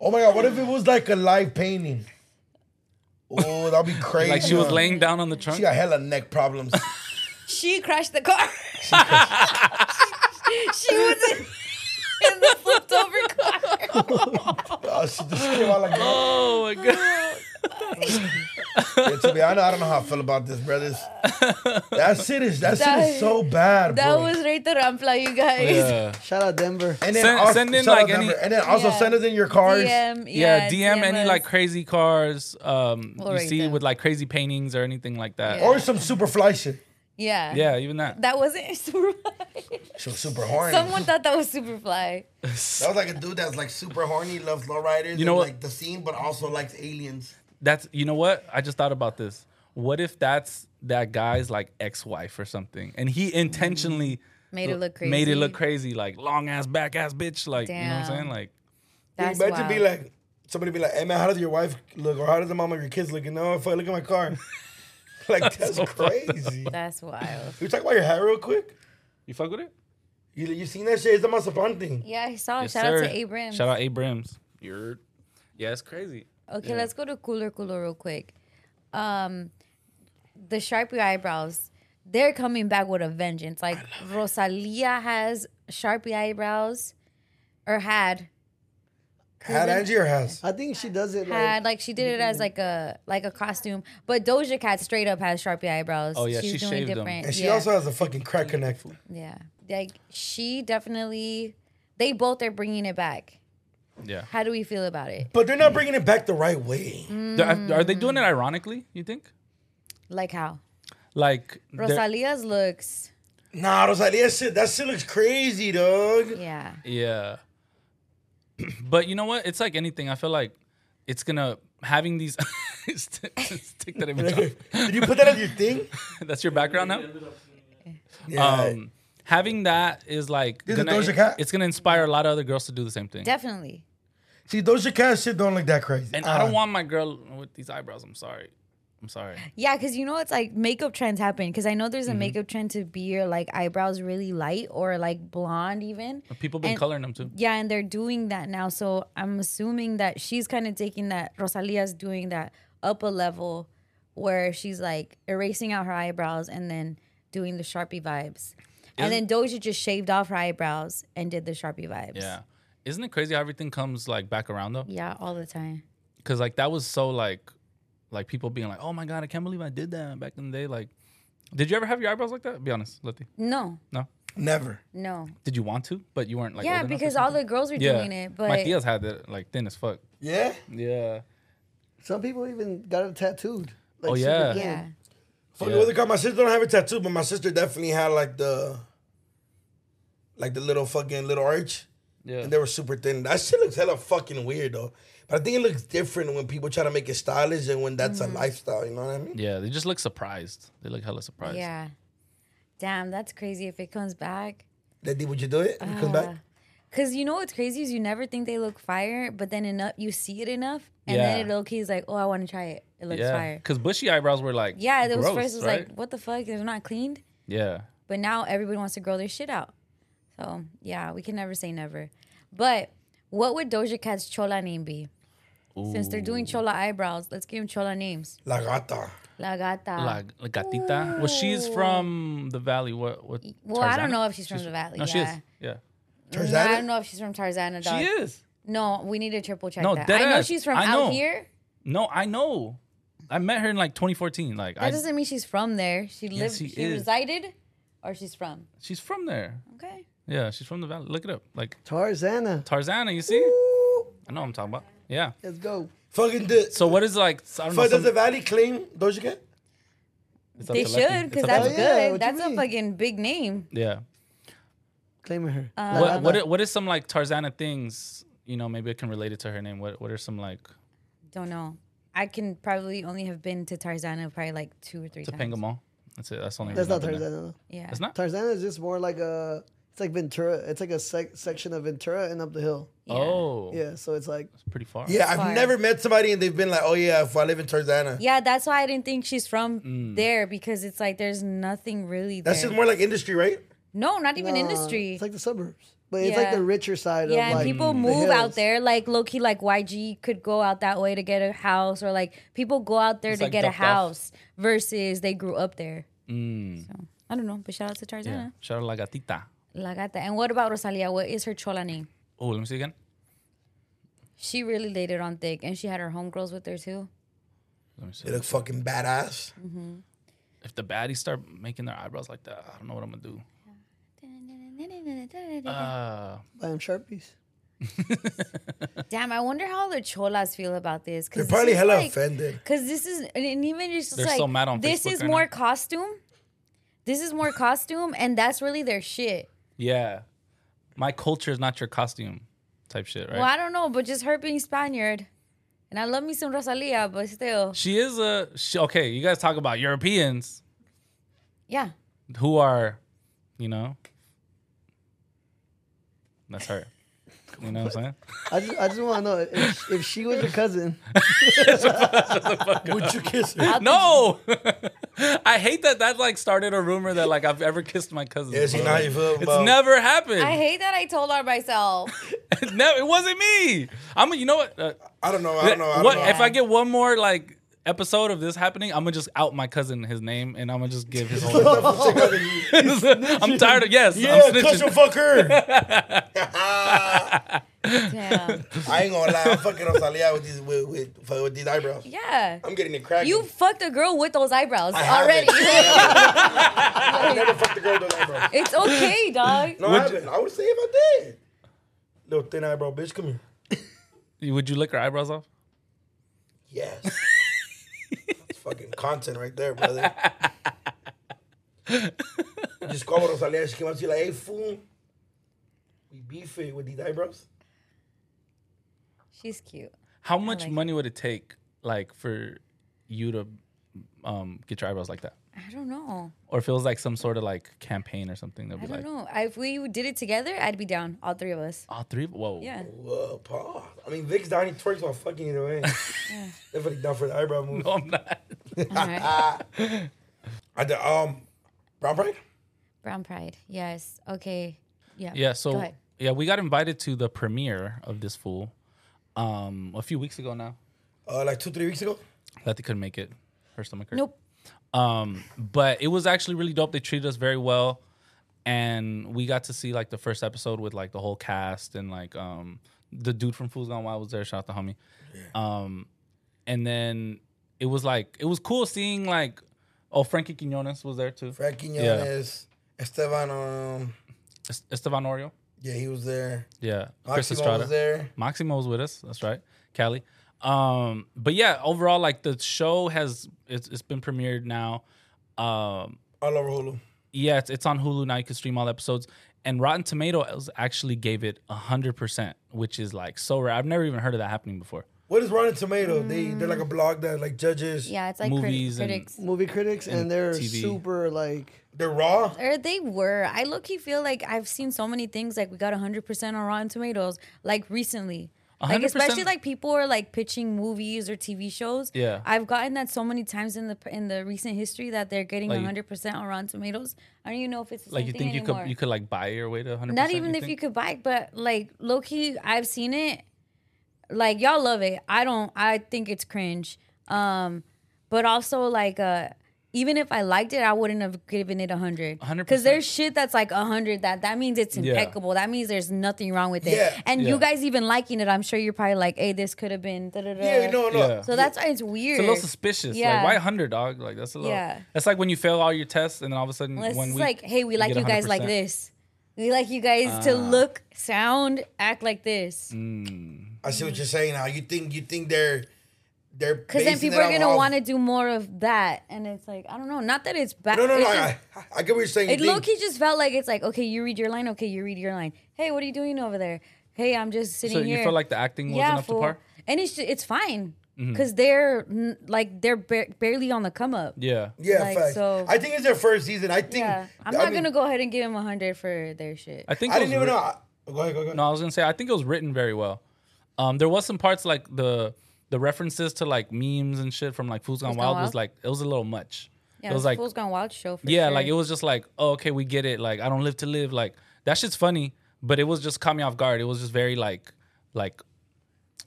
Oh my god, what if it was like a live painting? Oh, that'd be crazy. Like she was huh? laying down on the trunk. She got hella neck problems. She crashed the car. she was in, in the flipped over car. oh, she just came out like that. Oh my god. Yeah, to be honest, I don't know how I feel about this, brothers. That shit is that, shit That- is so bad, That bro. was right the rampla, you guys. Yeah. Shout out Denver. and then Send- also, send in, shout out like, any- number. and then also Yeah. send us in your cars. DM, Yeah, DM, any us. like crazy cars um, We'll you rate see them. with like crazy paintings or anything like that. Or some super fly shit. yeah, Yeah, even that. That wasn't super. She was super horny. Someone thought that was Superfly. that was like a dude that's like super horny, loves lowriders, You know and, what? like the scene, but also likes aliens. That's you know what? I just thought about this. What if that's that guy's like ex-wife or something, and he intentionally Made it look crazy. made it look crazy, like long ass back ass bitch, like you know what I'm Damn. saying, like That's Imagine be wild. like, somebody be like, hey man, how does your wife look? Or how does the mom of your kids look? You know, if I look at my car. like, that's, crazy. That's wild. You talk about your hair real quick? you fuck with it. You, you seen that shit? It's the Mazapan thing. Yeah, I saw. Yes, Oh, Shout out sir. to Abrams. Shout out Abrams. You're, yeah, it's crazy. Okay, Yeah. let's go to cooler, cooler real quick. Um, the Sharpie eyebrows, they're coming back with a vengeance. Like Rosalia has Sharpie eyebrows, or had Had Angie or has? I think she does it like. had like she did it as like a like a costume. But Doja Cat straight up has Sharpie eyebrows. Oh, yeah, she shaved them. And she yeah, also has a fucking crack connect. yeah, like she definitely. They both are bringing it back. Yeah. How do we feel about it? But they're not bringing it back the right way. Mm. Are- Are they doing it ironically? You think? Like how Like they're- Rosalia's looks. Nah, Rosalia shit, that shit looks crazy, dog. Yeah, Yeah. but you know what? It's like anything. I feel like it's gonna having these stick stick that image. off. Did you put that on your thing? That's your background now. Yeah. Um, having that is like This is Doja it- Cat? it's gonna inspire a lot of other girls to do the same thing. definitely. See, Doja Cat shit don't look that crazy. and I don't Uh, want my girl with these eyebrows. I'm sorry. I'm sorry. Yeah, because you know it's like makeup trends happen. Because I know there's Mm-hmm. a makeup trend to be your like eyebrows really light or like blonde even. People been And- coloring them too. Yeah, and they're doing that now. So I'm assuming that she's kind of taking that. Rosalia's doing that up a level where she's like erasing out her eyebrows and then doing the Sharpie vibes. And then Doja just shaved off her eyebrows and did the Sharpie vibes. Yeah. Isn't it crazy how everything comes like back around though? Yeah, all the time. because like that was so like like people being like oh my god i can't believe i did that back in the day like did you ever have your eyebrows like that be honest letty No, no Never. no. did you want to but you weren't like yeah, old enough or because all something? the girls were yeah doing it. But my tias had it like thin as fuck Yeah? yeah Some people even got it tattooed. Like Oh, super yeah. thin. yeah. Fuck Yeah. what they call my sister don't have a tattoo, but my sister definitely had like the like the little fucking little arch. yeah And they were super thin. That shit looks hella fucking weird though. But I think it looks different when people try to make it stylish and when that's a lifestyle, you know what I mean? yeah they just look surprised they look hella surprised Yeah. Damn, that's crazy if it comes back. Daddy, would you do it? Would you come back? Cause you know what's crazy is you never think they look fire, but then enough you see it enough, and then it Yeah. low key is like, oh, I want to try it. It looks yeah fire. because bushy eyebrows were like Yeah, it was gross, first was right? like, what the fuck? They're not cleaned, yeah but now everybody wants to grow their shit out. So yeah, we can never say never. But what would Doja Cat's chola name be? Since they're doing Chola eyebrows, let's give them Chola names. La gata. La gata. La, la gatita. Well, she's uh, Ooh. from the valley. What? What? well, I Tarzana? don't know if she's from the valley. No, yeah. she is. Yeah, No, I don't know if she's from Tarzana. Dog. she is. No, we need to triple check No, that. dead I know ass. she's from I know. out here. No, I know. I met her in like 2014. Like, That I, doesn't mean she's from there. She Yes, lived. she She, is. resided, or she's from. she's from there. Okay. Yeah, she's from the valley. Look it up. Like Tarzana. Tarzana. You see? I know what I'm talking about. Yeah. Let's go. Fucking did. So what is like? I don't know. Fuck, does some- the valley claim Doja Cat? it's up they to Lucky. should, It's because up to that's Oh, Lucky. yeah, what good. you that's a mean? fucking big name. Yeah. Claiming her. Uh, What what are, what is some like Tarzana things? You know, maybe I can relate it to her name. What what are some like Don't know. I can probably only have been to Tarzana probably like two or three times. Topanga Mall? That's it. That's the only. That's reason I've not been there. Tarzana. Yeah. That's not. Tarzana is just more like a. It's like Ventura. It's like a sec- section of Ventura and up the hill. Oh, Yeah, so it's like it's pretty far. Yeah, I've Fire. never met somebody and they've been like, oh yeah, if I live in Tarzana. Yeah, that's why I didn't think she's from Mm. there because it's like there's nothing really there. That's just more like industry, right? no, not even uh, industry. It's like the suburbs, but it's like Yeah. the richer side yeah, of and like people the move out hills. there. Like low key, like YG could go out that way to get a house, or like people go out there It's to like get a ducked off. house versus they grew up there. Mm. So I don't know, but shout out to Tarzana. Yeah. Shout out La Gatita. La gata. And what about Rosalia? What is her chola name? Oh, let me see again. She really laid it on thick, and she had her homegirls with her too. Let me see. They look fucking badass. If the baddies start making their eyebrows like that, I don't know what I'm gonna do. Uh, Buy them sharpies. Damn, I wonder how the cholas feel about this. They're because probably hella offended. Because this is, and- and even just They're like, so mad on this Facebook is right more now. costume. This is more costume, and that's really their shit. yeah. My culture is not your costume, type shit, right? Well, I don't know, but just her being Spaniard, and I love me some Rosalia, but still, She is a she, okay. You guys talk about Europeans yeah. who are, you know, that's her. You know what I'm saying? I just, I just want to know if, if she was your cousin. Would you kiss her? No, I hate that. That like started a rumor that like I've ever kissed my cousin. Is he bro. not? You feel It's about- never happened. I hate that I told her myself. It's never. It wasn't me. I'm. A, you know what? Uh, I don't know. I don't know. I don't what know. if I get one more like episode of this happening? I'm gonna just out my cousin his name and I'm gonna just give his whole. I'm tired of yes. yeah, I'm cuss your snitching. fucker. Damn. I ain't gonna lie. I'm fucking Rosalia with these with, with, fuck, with these eyebrows. Yeah. I'm getting it cracking. You fucked a girl with those eyebrows I already. haven't. I never fucked a girl with those eyebrows. it's okay, dog. No, I haven't. I would say if I did. Little thin eyebrow bitch, come here. Would you lick her eyebrows off? Yes. That's fucking content right there, brother. You Just call Rosalia. She came up to you like, hey, fool. We beef it with these eyebrows. She's cute. How much like- money would it take like for you to um, get your eyebrows like that? I don't know. Or if it was like some sort of like campaign or something, they'll I be don't like, know. I, if we did it together, I'd be down. All three of us. all three. Whoa. Yeah. Whoa, pause. I mean, Vic's down. He twerks while fucking either way. Definitely down for the eyebrow move. No, I'm not. All right. I did, um, brown pride? Brown Pride. Yes. Okay. Yeah. Yeah, Go so ahead. yeah, we got invited to the premiere of this fool um a few weeks ago now. Uh, like two, three weeks ago. Letty couldn't make it. Her stomach hurt. Nope. Um, but it was actually really dope. They treated us very well. And we got to see like the first episode with like the whole cast and like um the dude from Fools Gone Wild was there, shout out to homie. Um and then it was like it was cool seeing like oh Frankie Quinones was there too. Frank Quinones, Esteban, um, Es- Esteban Oreo. yeah, he was there. Yeah. Chris Maximo Estrada. was there. Maximo was with us. That's right, Callie. Um, but yeah, overall, like the show has it's, it's been premiered now. Um, All over Hulu. yeah, it's, it's on Hulu now. You can stream all episodes. And Rotten Tomatoes actually gave it hundred percent, which is like so rare. I've never even heard of that happening before. What is Rotten Tomato? They they're like a blog that like judges. Yeah. It's like crit- Movies and- critics. Movie critics and, And they're TV. super like They're raw. Or they were. I look. He feel like I've seen so many things. Like we got 100 percent on Rotten Tomatoes. Like recently. Like 100%? especially like people are like pitching movies or TV shows. Yeah. I've gotten that so many times in the in the recent history that they're getting Like you- 100 percent on Rotten Tomatoes. I don't even know if it's the Like same you thing think you anymore. could you could like buy your way to hundred. Not even if you could buy, it, but like low key, I've seen it. like y'all love it. I don't. I think it's cringe. Um, but also like uh. Even if I liked it, I wouldn't have given it a hundred. 100%. Because there's shit that's like a hundred. That that means it's Yeah. impeccable. That means there's nothing wrong with it. Yeah. And Yeah. you guys even liking it, I'm sure you're probably like, "Hey, this could have been." Da-da-da. Yeah, no, no. Yeah. So that's why it's weird. It's a little suspicious. Yeah. Like why hundred dog? Like that's a little. Yeah. That's like when you fail all your tests and then all of a sudden Unless one it's week. like, hey, we like get you guys like 100%. this. We like you guys to Ah. look, sound, act like this. I see what you're saying now. You think you think they're they're Because then people are gonna want to do more of that, and it's like I don't know. Not that it's bad. No, no, no. it's I, I I get what you're saying. You Just, it low think- key just felt like it's like okay, you read your line. Okay, you read your line. Hey, what are you doing over there? Hey, I'm just sitting So here. you feel like the acting wasn't up to fool. par? Mm-hmm. And it's ju- it's fine because they're mm, like they're ba- barely on the come up. Yeah. yeah, like, facts. so- I think it's their first season. I think. Yeah, I'm I not mean, gonna go ahead and give them a hundred for their shit. I think I it was didn't even writ- know. I- Go ahead, go ahead. No, I was gonna say I think it was written very well. Um, there was some parts like the the references to like memes and shit from like Fools Gone Gone Wild was Wild? like it was a little much. yeah, it was like Fools Gone Wild show. For yeah, sure. like it was just like oh okay we get it. Like I don't live to live. Like that shit's funny, but it was just caught me off guard. It was just very like like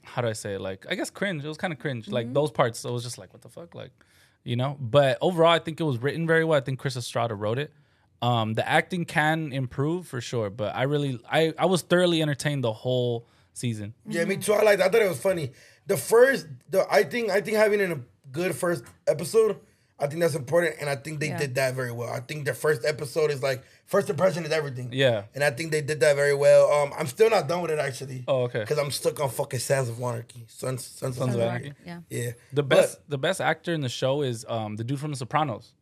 how do I say it? Like I guess cringe. It was kind of cringe. Mm-hmm. Like those parts, I was just like what the fuck like you know. But overall, I think it was written very well. I think Chris Estrada wrote it. Um, the acting can improve for sure, but I really I I was thoroughly entertained the whole season. Yeah, me too. I liked. I thought it was funny. The first, the I think I think having a good first episode, I think that's important, and I think they Yeah. did that very well. I think the first episode is like first impression is everything. Yeah. and I think they did that very well. Um, I'm still not done with it actually. Oh, okay. Because I'm stuck on fucking Sons of Anarchy. Sons, Sons, Sons of of Anarchy. Anarchy. yeah. Yeah, The But- best the best actor in the show is um the dude from The Sopranos,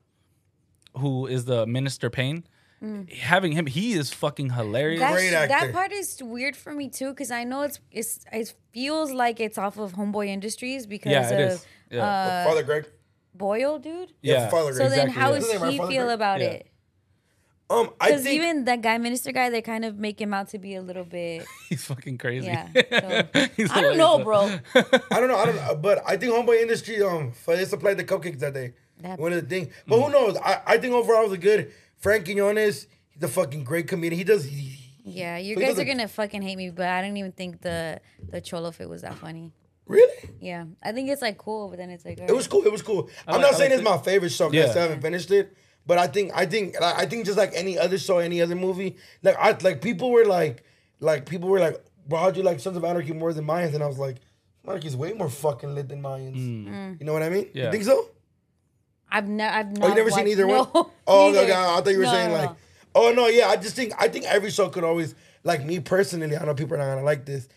who is the Minister Payne. Mm. Having him, he is fucking hilarious. That, Great sh- actor. that part is weird for me too because I know it's it's it feels like it's off of Homeboy Industries because yeah, it of is. Yeah, Father Greg. Boyle dude. yeah. Father Uh, So Greg. then, exactly, how yeah. does Isn't that right, he Father feel Greg? about Yeah. it? Um, I Because think even that guy minister guy, they kind of make him out to be a little bit. he's fucking crazy. Yeah. So, He's I don't know, hilarious. bro. I don't know. I don't know. But I think Homeboy Industry, um, for they supplied the cupcakes that day. That- One of the things. But Mm. who knows? I, I think overall it was a good. Frank Quinones, he's a fucking great comedian. He does. He, Yeah, you So he guys are doesn't- gonna fucking hate me, but I don't even think the the cholo fit was that funny. really? Yeah, I think it's like cool, but then it's like It was cool. It was cool. I'm like- not I saying liked it's my favorite show because I Yeah. still haven't finished it. But I think I think I I think just like any other show, any other movie, like I like people were like like people were like, bro, how'd you like Sons of Anarchy more than Mayans? And I was like, Anarchy's way more fucking lit than Mayans. You know what I mean? Mm. Yeah. You think so? I've never I've not Oh, you never watched- seen either no, one? Oh, okay, neither. okay, I thought you were No, saying no, no. like, oh no, yeah. I just think I think every show could always like me personally. I know people are not gonna like this,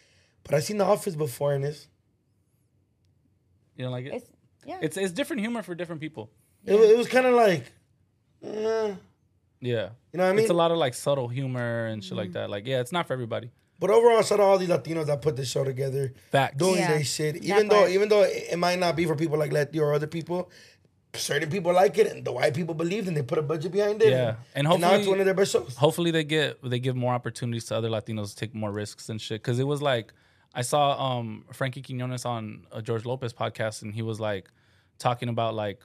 but I seen The Office before and this. You know, like it? It's- yeah. it's it's different humor for different people. It, wa- it was kind of like, eh, Yeah, you know what I mean? it's a lot of like subtle humor and shit Mm. like that. Like yeah, it's not for everybody. But overall, shout out all these Latinos that put this show together, Facts. doing Yeah. their shit. That Even though, part. even though it it might not be for people like Latino or other people, certain people like it, and the white people believed, and they put a budget behind it. Yeah. And now it's hopefully- one of their best shows. hopefully they get they give more opportunities to other Latinos to take more risks and shit. Because it was like I saw um Frankie Quinones on a George Lopez podcast, and he was like talking about like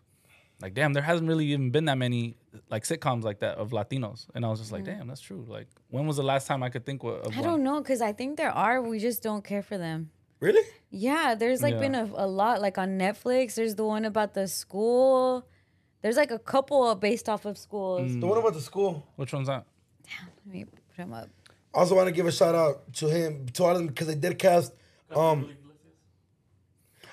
like damn, there hasn't really even been that many like sitcoms like that of Latinos, and I was just like damn, that's true. Like when was the last time I could think wa- of Mm-hmm. I one? don't know because I think there are. We just don't care for them. Really? Yeah, there's like Yeah. been a, a lot like on Netflix. There's the one about the school. There's like a couple based off of schools. Mm. The one about the school. Which one's that? Let me put them up. I also want to give a shout out to him, to all of them, because they did cast. Um,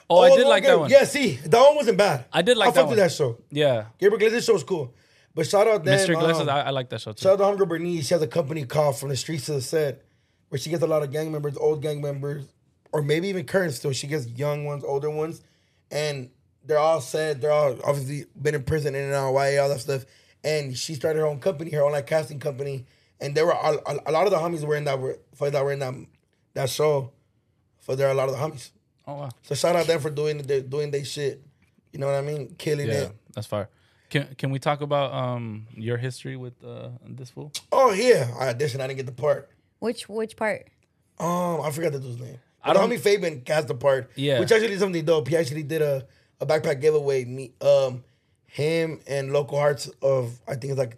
Oh, I did no, like Gabriel- that one. Yeah, see, that one wasn't bad. I did like I that fucked with one. that show. Yeah, Gabriel Iglesias show was cool, but shout out them. Mr. Iglesias, um, I, I like that show too. Shout out to Hunger Bernice. She has a company called From the Streets to the Set, where she gets a lot of gang members, old gang members, or maybe even current still. She gets young ones, older ones, and they're all sad. They're all obviously been in prison, in and out, YA, all that stuff. And she started her own company, her own like casting company. And there were a, a, a lot of the homies were in that were for that were in that that show. For there are a lot of the homies. oh wow, So shout out them for doing their doing their shit. You know what I mean? Killing yeah, it. that's fire. Can can we talk about um your history with uh, this fool? Oh yeah, I auditioned. I didn't get the part. Which which part? Um, I forgot the dude's name. I I don't. don't- Homie Fabian cast the part. Yeah. Which actually is something dope. He actually did a, a backpack giveaway. Me, um, him and local hearts of I think it's like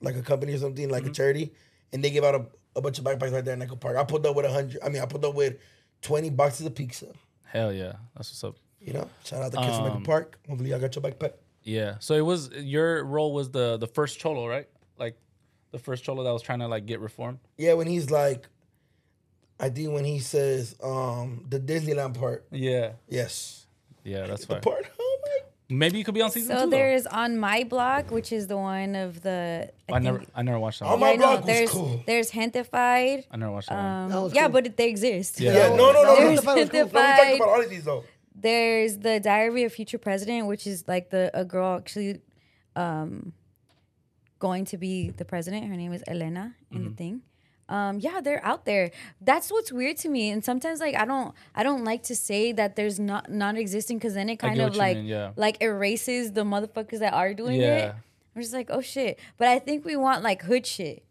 like a company or something Mm-hmm. like a charity, and they give out a, a bunch of backpacks right there in like a park. I pulled up with a hundred. I mean, I pulled up with 20 boxes of pizza. Hell yeah, that's what's up. You know, shout out the kids from Echo Um, Park. Hopefully, I got your back, pet. Yeah. So it was your role was the the first cholo, right? Like the first cholo that was trying to like get reformed. Yeah, when he's like, I think when he says um the Disneyland part. Yeah. Yes. Yeah, that's The fine. part. Oh my. Maybe you could be on season So two. there though. is on my block, which is the one of the. I, I think- never I never watched that. On one. my Yeah, I know, block was there's, cool. There's Hentified. I never watched that. one. Um, That was yeah, cool. but they exist. Yeah. Yeah, no, no, no, no. There's no. That was cool. No, we talked Hentified. about all of these though. There's the Diary of Future President, which is like the a girl actually um, going to be the president. Her name is Elena in Mm-hmm. the thing. Um, yeah, they're out there. That's what's weird to me. And sometimes like I don't I don't like to say that there's not non existing because then it kind get of what you like mean, yeah. like erases the motherfuckers that are doing Yeah. it. I'm just like, oh shit. But I think we want like hood shit.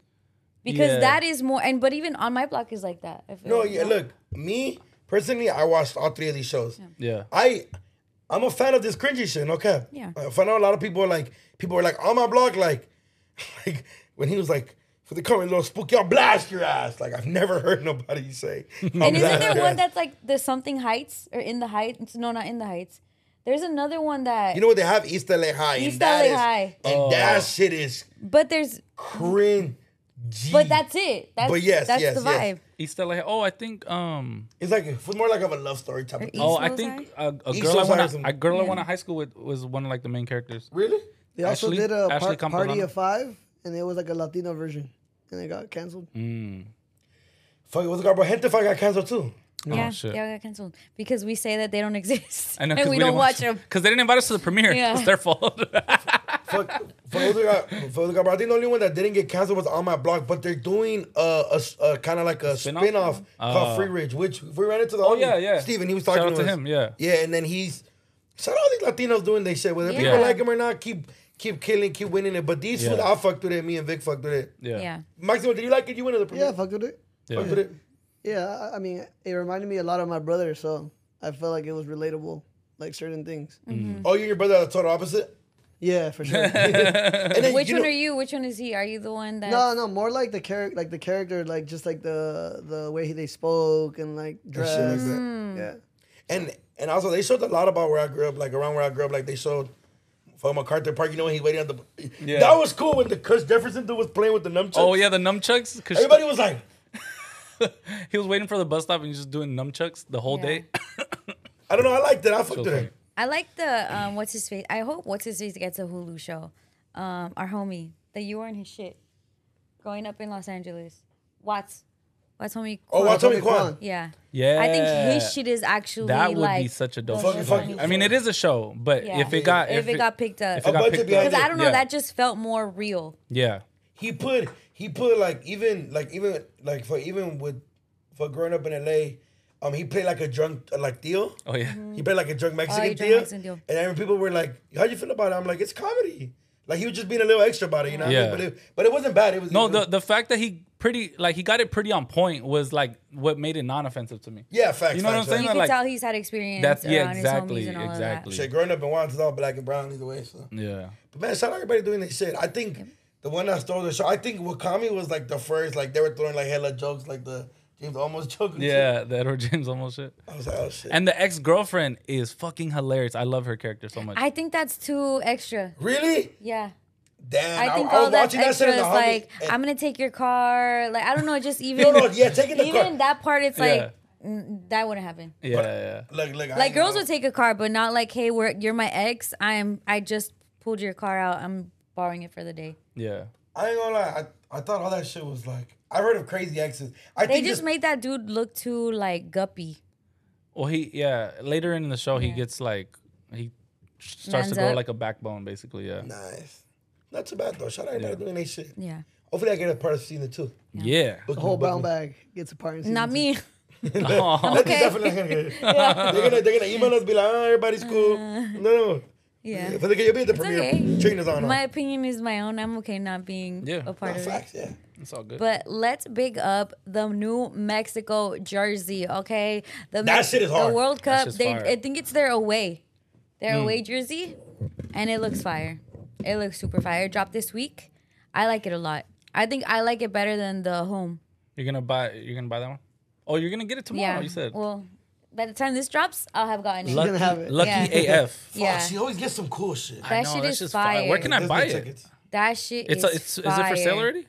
Because Yeah. that is more and but even on my block is like that. I feel No, like, yeah. Look, me personally, I watched all three of these shows. Yeah. I I'm a fan of this cringy shit, no cap. Yeah. If I know a lot of people are like people were like on my blog, like like when he was like for the coming little spooky, I'll blast your ass. Like I've never heard nobody say. And isn't there one that's like the something heights or in the heights? No, not in the heights. There's another one that, you know what they have? East LA High. and East that LA is- High. Oh. And that shit is but there's, cringy. but that's it. That's, But yes, that's yes, the yes. vibe. East LA. Oh, I think um It's like it's more like of a love story type of thing. oh I East think a, a East girl I Los went Angeles to, and- a girl I Yeah. went to high school with was one of like the main characters. Really? They also Ashley- did a Ashley par- party Campolano. of five, and it was like a Latino version, and it got canceled. Mm. Fuck it, what's the guy? But Hentify got canceled too. yeah, Oh, shit. yeah, got canceled because we say that they don't exist I know, and 'cause we, don't didn't watch them. because they didn't invite us to the premiere. Yeah. It's their fault. Fuck, for those that got, for those that got, but I think the only one that didn't get canceled was on my blog. But they're doing a, a, s- a kind of like a Spin-off? Uh, spin-off, called Free Ridge, which we ran into the oh yeah, yeah. Steven, he was Shout talking out to, to us. him, yeah. yeah, and then he's shout out all these Latinos doing their shit, whether Yeah. people Yeah. like him or not. Keep keep killing, keep winning it. But these Yeah. fools, I fucked with it. Me and Vic fucked with it. yeah. Yeah. Maximo, did you like it? You went to the premiere. Yeah, I fucked with it. Yeah. Fucked with it. Yeah, I- I mean, it reminded me a lot of my brother, so I felt like it was relatable, like certain things. Mm. Oh, you and your brother are the total opposite. Yeah, for sure. And then, Which you one know- are you? Which one is he? Are you the one that? no, no, more like the character, like the character, like just like the the way they spoke and like dress. shit like that. Yeah, And and also they showed a lot about where I grew up, like around where I grew up. Like they showed from MacArthur Park, you know, when he waited on the. Yeah. That was cool when the Cush Jefferson dude was playing with the nunchucks. Oh yeah, the nunchucks. Because Everybody was like, he was waiting for the bus stop and he's just doing nunchucks the whole Yeah. day. I don't know, I liked it. I fucked with funny. it. I like the um, what's his face. I hope what's his face gets a Hulu show. Um, our homie that you were in his shit, growing up in Los Angeles. Watts, Watts homie. Oh, watch Tommy Tommy Kwan. Kwan. Yeah. Yeah, I think his shit is actually That would be like, such a dope the show. shit Fucking- that I mean, it is a show, but Yeah. if it got if, it, got picked up. if it A got bunch of picked behind up, Because I don't know, Yeah. that just felt more real. yeah, He put he put like even like even like for even with for growing up in LA, um he played like a drunk uh, like deal. oh yeah, Mm. He played like a drunk Mexican, Oh, drunk deal, Mexican deal. And I remember people were like, How you feel about it? I'm like, it's comedy. Like he was just being a little extra about it, you know what Yeah. I mean? But it, but it wasn't bad. It was no, it was- the the fact that he pretty like he got it pretty on point was like what made it non-offensive to me. Yeah, facts. You know what I'm facts, saying? You facts. can like- tell he's had experience That's- yeah, around exactly, his homies and all exactly. of Shit, growing up in Juan, it's all black and brown either way. So. Yeah, But man, shout out everybody doing this shit. I think the one that stole the show, I think Wakami was like the first, like they were throwing like hella jokes, like the James almost joke. and shit. yeah, the Edward James almost shit. I was like, oh shit. And the ex girlfriend is fucking hilarious. I love her character so much. that. I think that's too extra. really? Yeah. Damn. I think I, all was that's watching that extra shit in is the like, and- I'm going to take your car. Like, I don't know, just even. No, no, yeah, taking the even car. that part, it's Yeah. like, mm, that wouldn't happen. yeah, yeah. Look, look, I Like, ain't girls gonna- would take a car, but not like, hey, we're, you're my ex. I'm, I just pulled your car out. I'm borrowing it for the day. yeah. I ain't gonna lie. I, I thought all that shit was like. I've heard of crazy exes. I They think just this- made that dude look too, like, guppy. Well, he yeah. Later in the show, he gets like he starts Mans to grow up. like a backbone, basically. Yeah. nice. Not too bad though. Shout out everybody doing that shit. Yeah. Hopefully, I get a part of season two. Yeah. the whole brown bag gets a part. in season Not two. me. Aw. That's Okay. definitely not gonna get it. They're gonna they're gonna email us be like, oh, everybody's cool. No, no. Uh, Yeah. But they can- you'll be at the premiere. okay. Train is on. My My opinion is my own. I'm okay not being Yeah. a part of it. facts, yeah. It's all good. But let's big up the New Mexico jersey, okay? The That shit is hard. The World Cup, shit's they fire. Hmm. I think it's their away. Their away jersey and it looks fire. It looks super fire. It dropped this week. I like it a lot. I think I like it better than the home. You're gonna buy. You're gonna buy that one. Oh, you're gonna get it tomorrow. yeah. Oh, You said Well, by the time this drops, I'll have gotten it. lucky, gonna have it. lucky Yeah. AF. yeah. She always gets some cool shit. I That know, shit that's is just fire. Where fire. can I Disney buy it? tickets. That shit It's is a, it's is it for sale fire. already?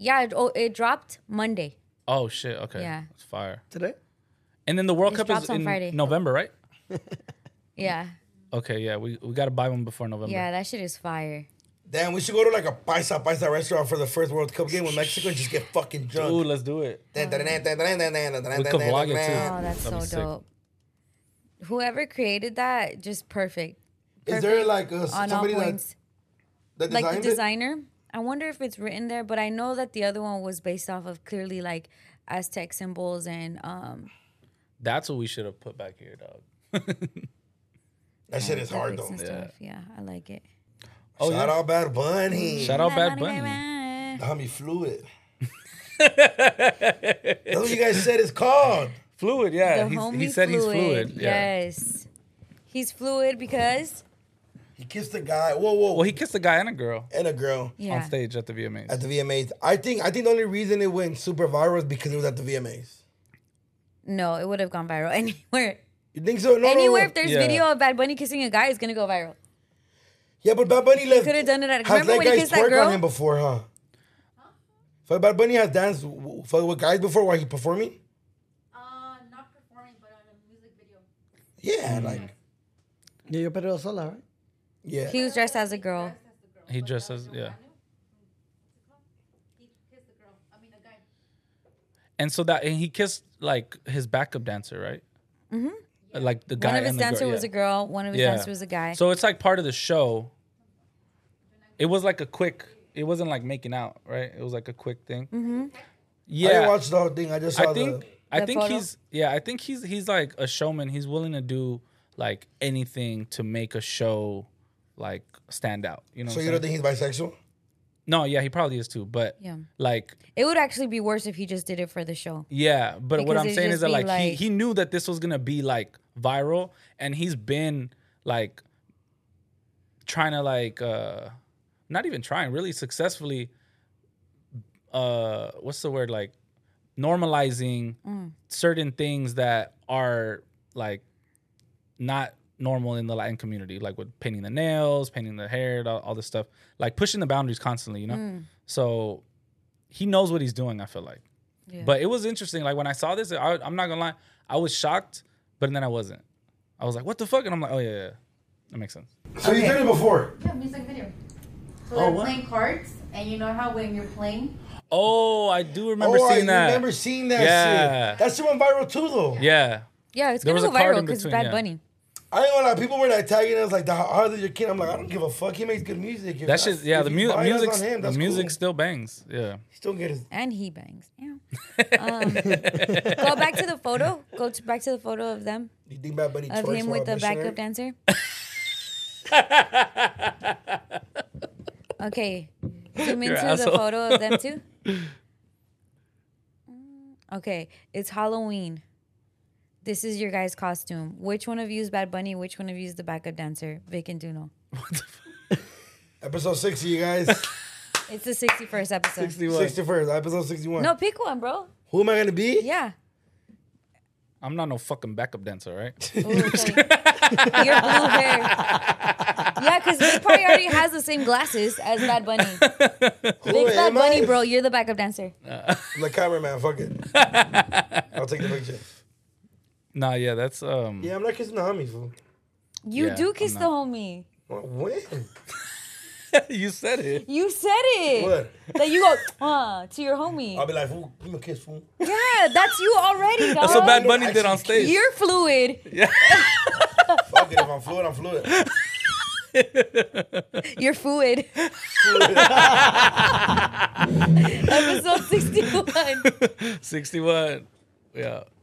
Yeah, it, oh, it dropped Monday. Oh shit. Okay. Yeah. It's fire. Today? And then the World It Cup is drops on in Friday. November, right? Yeah. Okay. Yeah. We we gotta buy one before November. Yeah, that shit is fire. Damn, we should go to like a paisa paisa restaurant for the first World Cup game with Mexico and just get fucking Ooh, drunk. let's do it. We could vlog vlog it, too. Oh, that's That'd so be sick. dope. Whoever created that, just perfect. Is there like a, On all somebody that, points. that Like the designed it? designer, I wonder if it's written there, but I know that the other one was based off of clearly like Aztec symbols and um That's what we should have put back here, dog. That shit is hard lyrics though. and stuff. Yeah, I like it. Oh, Shout yeah. out Bad Bunny. Shout out Bad Bunny. The homie fluid. That's what you guys said it's called. Fluid, yeah. The He's, homie he said he's fluid. Yeah. Yes. He's fluid because He kissed a guy. Whoa, whoa. Well, he kissed a guy and a girl and a girl yeah. on stage at the VMAs. at the VMAs. I think I think the only reason it went super viral is because it was at the VMAs. No, it would have gone viral anywhere. You think so? No, no, Anywhere no. if there's Yeah. video of Bad Bunny kissing a guy, it's gonna go viral. Yeah, but Bad Bunny left. could have done it at- Has remember that when he guy's kissed that twerked girl? on him before, huh? So Bad Bunny has danced w- fuck with guys before while he performing. Uh, not performing, but on a music video. Yeah, like Yeah, you're Pedro Sola, right? yeah. He was dressed as a girl. Dressed as the girl. He but dressed the as- yeah. Giovanni, what's it called? He kissed the girl. I mean, the guy. And so that and he kissed like his backup dancer, right? Mm-hmm. Like the guy One of his and the dancer girl, was yeah. a girl. One of his dancer was a guy. So it's like part of the show. It was like a quick. It wasn't like making out, right? It was like a quick thing. Mm-hmm. I didn't Yeah, watch the whole thing. I just I, saw think. the. I The think photo? he's. Yeah, I think he's. He's like a showman. He's willing to do like anything to make a show like stand out. You know. So what you I'm don't saying? think he's bisexual? no, yeah, he probably is too. But Yeah. like, it would actually be worse if he just did it for the show. Yeah, but what Because I'm it'd saying just is that be like, he, like- he knew that this was gonna be like viral, and he's been like trying to like uh not even trying really successfully uh what's the word like normalizing Mm. certain things that are like not normal in the Latin community, like with painting the nails, painting the hair, all, all this stuff, like pushing the boundaries constantly, you know. Mm. So he knows what he's doing. I feel like. Yeah. But it was interesting. Like when I saw this, I, I'm not gonna lie, I was shocked, but then I wasn't. I was like, "What the fuck?" And I'm like, "Oh yeah, yeah, yeah. that makes sense." So you did it before. Yeah, music video. So Oh, they're what? playing cards, and you know how when you're playing, Oh, I do remember oh, seeing I that. remember seeing that Yeah. shit. That shit went viral too, though. yeah, Yeah, it's There gonna was go a card viral in because between, Bad yeah. Bunny. I ain't gonna lie. People were like tagging us like, the, "How old is your kid?" I'm like, "I don't give a fuck. He makes good music." If that shit. that's- Yeah, if the he's mu- buying us music, on him, the that's music cool. still bangs. Yeah, He still get his. And he bangs. Yeah. um, go back to the photo. Go to, back to the photo of them You think Bad Bunny of twerks him while with the missionary? backup dancer. okay, zoom You're into an the asshole. photo of them too. Mm, Okay, it's Halloween. This is your guys' costume. Which one of you is Bad Bunny? Which one of you is the backup dancer? Vic and Duno. Episode sixty, you guys. It's the sixty-first episode. Sixty first. Episode sixty one. No, pick one, bro. Who am I gonna be? Yeah. I'm not no fucking backup dancer, right? Ooh, okay. Your blue hair. Yeah, because Vic probably already has the same glasses as Bad Bunny. Vic's Who Bad am Bunny, I? bro. You're the backup dancer. The cameraman. Fuck it. I'll take the picture. nah, yeah, that's um. Yeah, I'm not kissing the homie, fool. You Yeah, do I'm kiss the homie. When? you said it. You said it. What? That you go uh, to your homie. I'll be like, fool, give me a kiss, fool. Yeah, that's you already, dog. That's what Bad don't Bunny did on actually- stage. You're fluid. Fuck it. If I'm fluid, I'm fluid. You're fluid. Episode 61. Sixty-one. Yeah.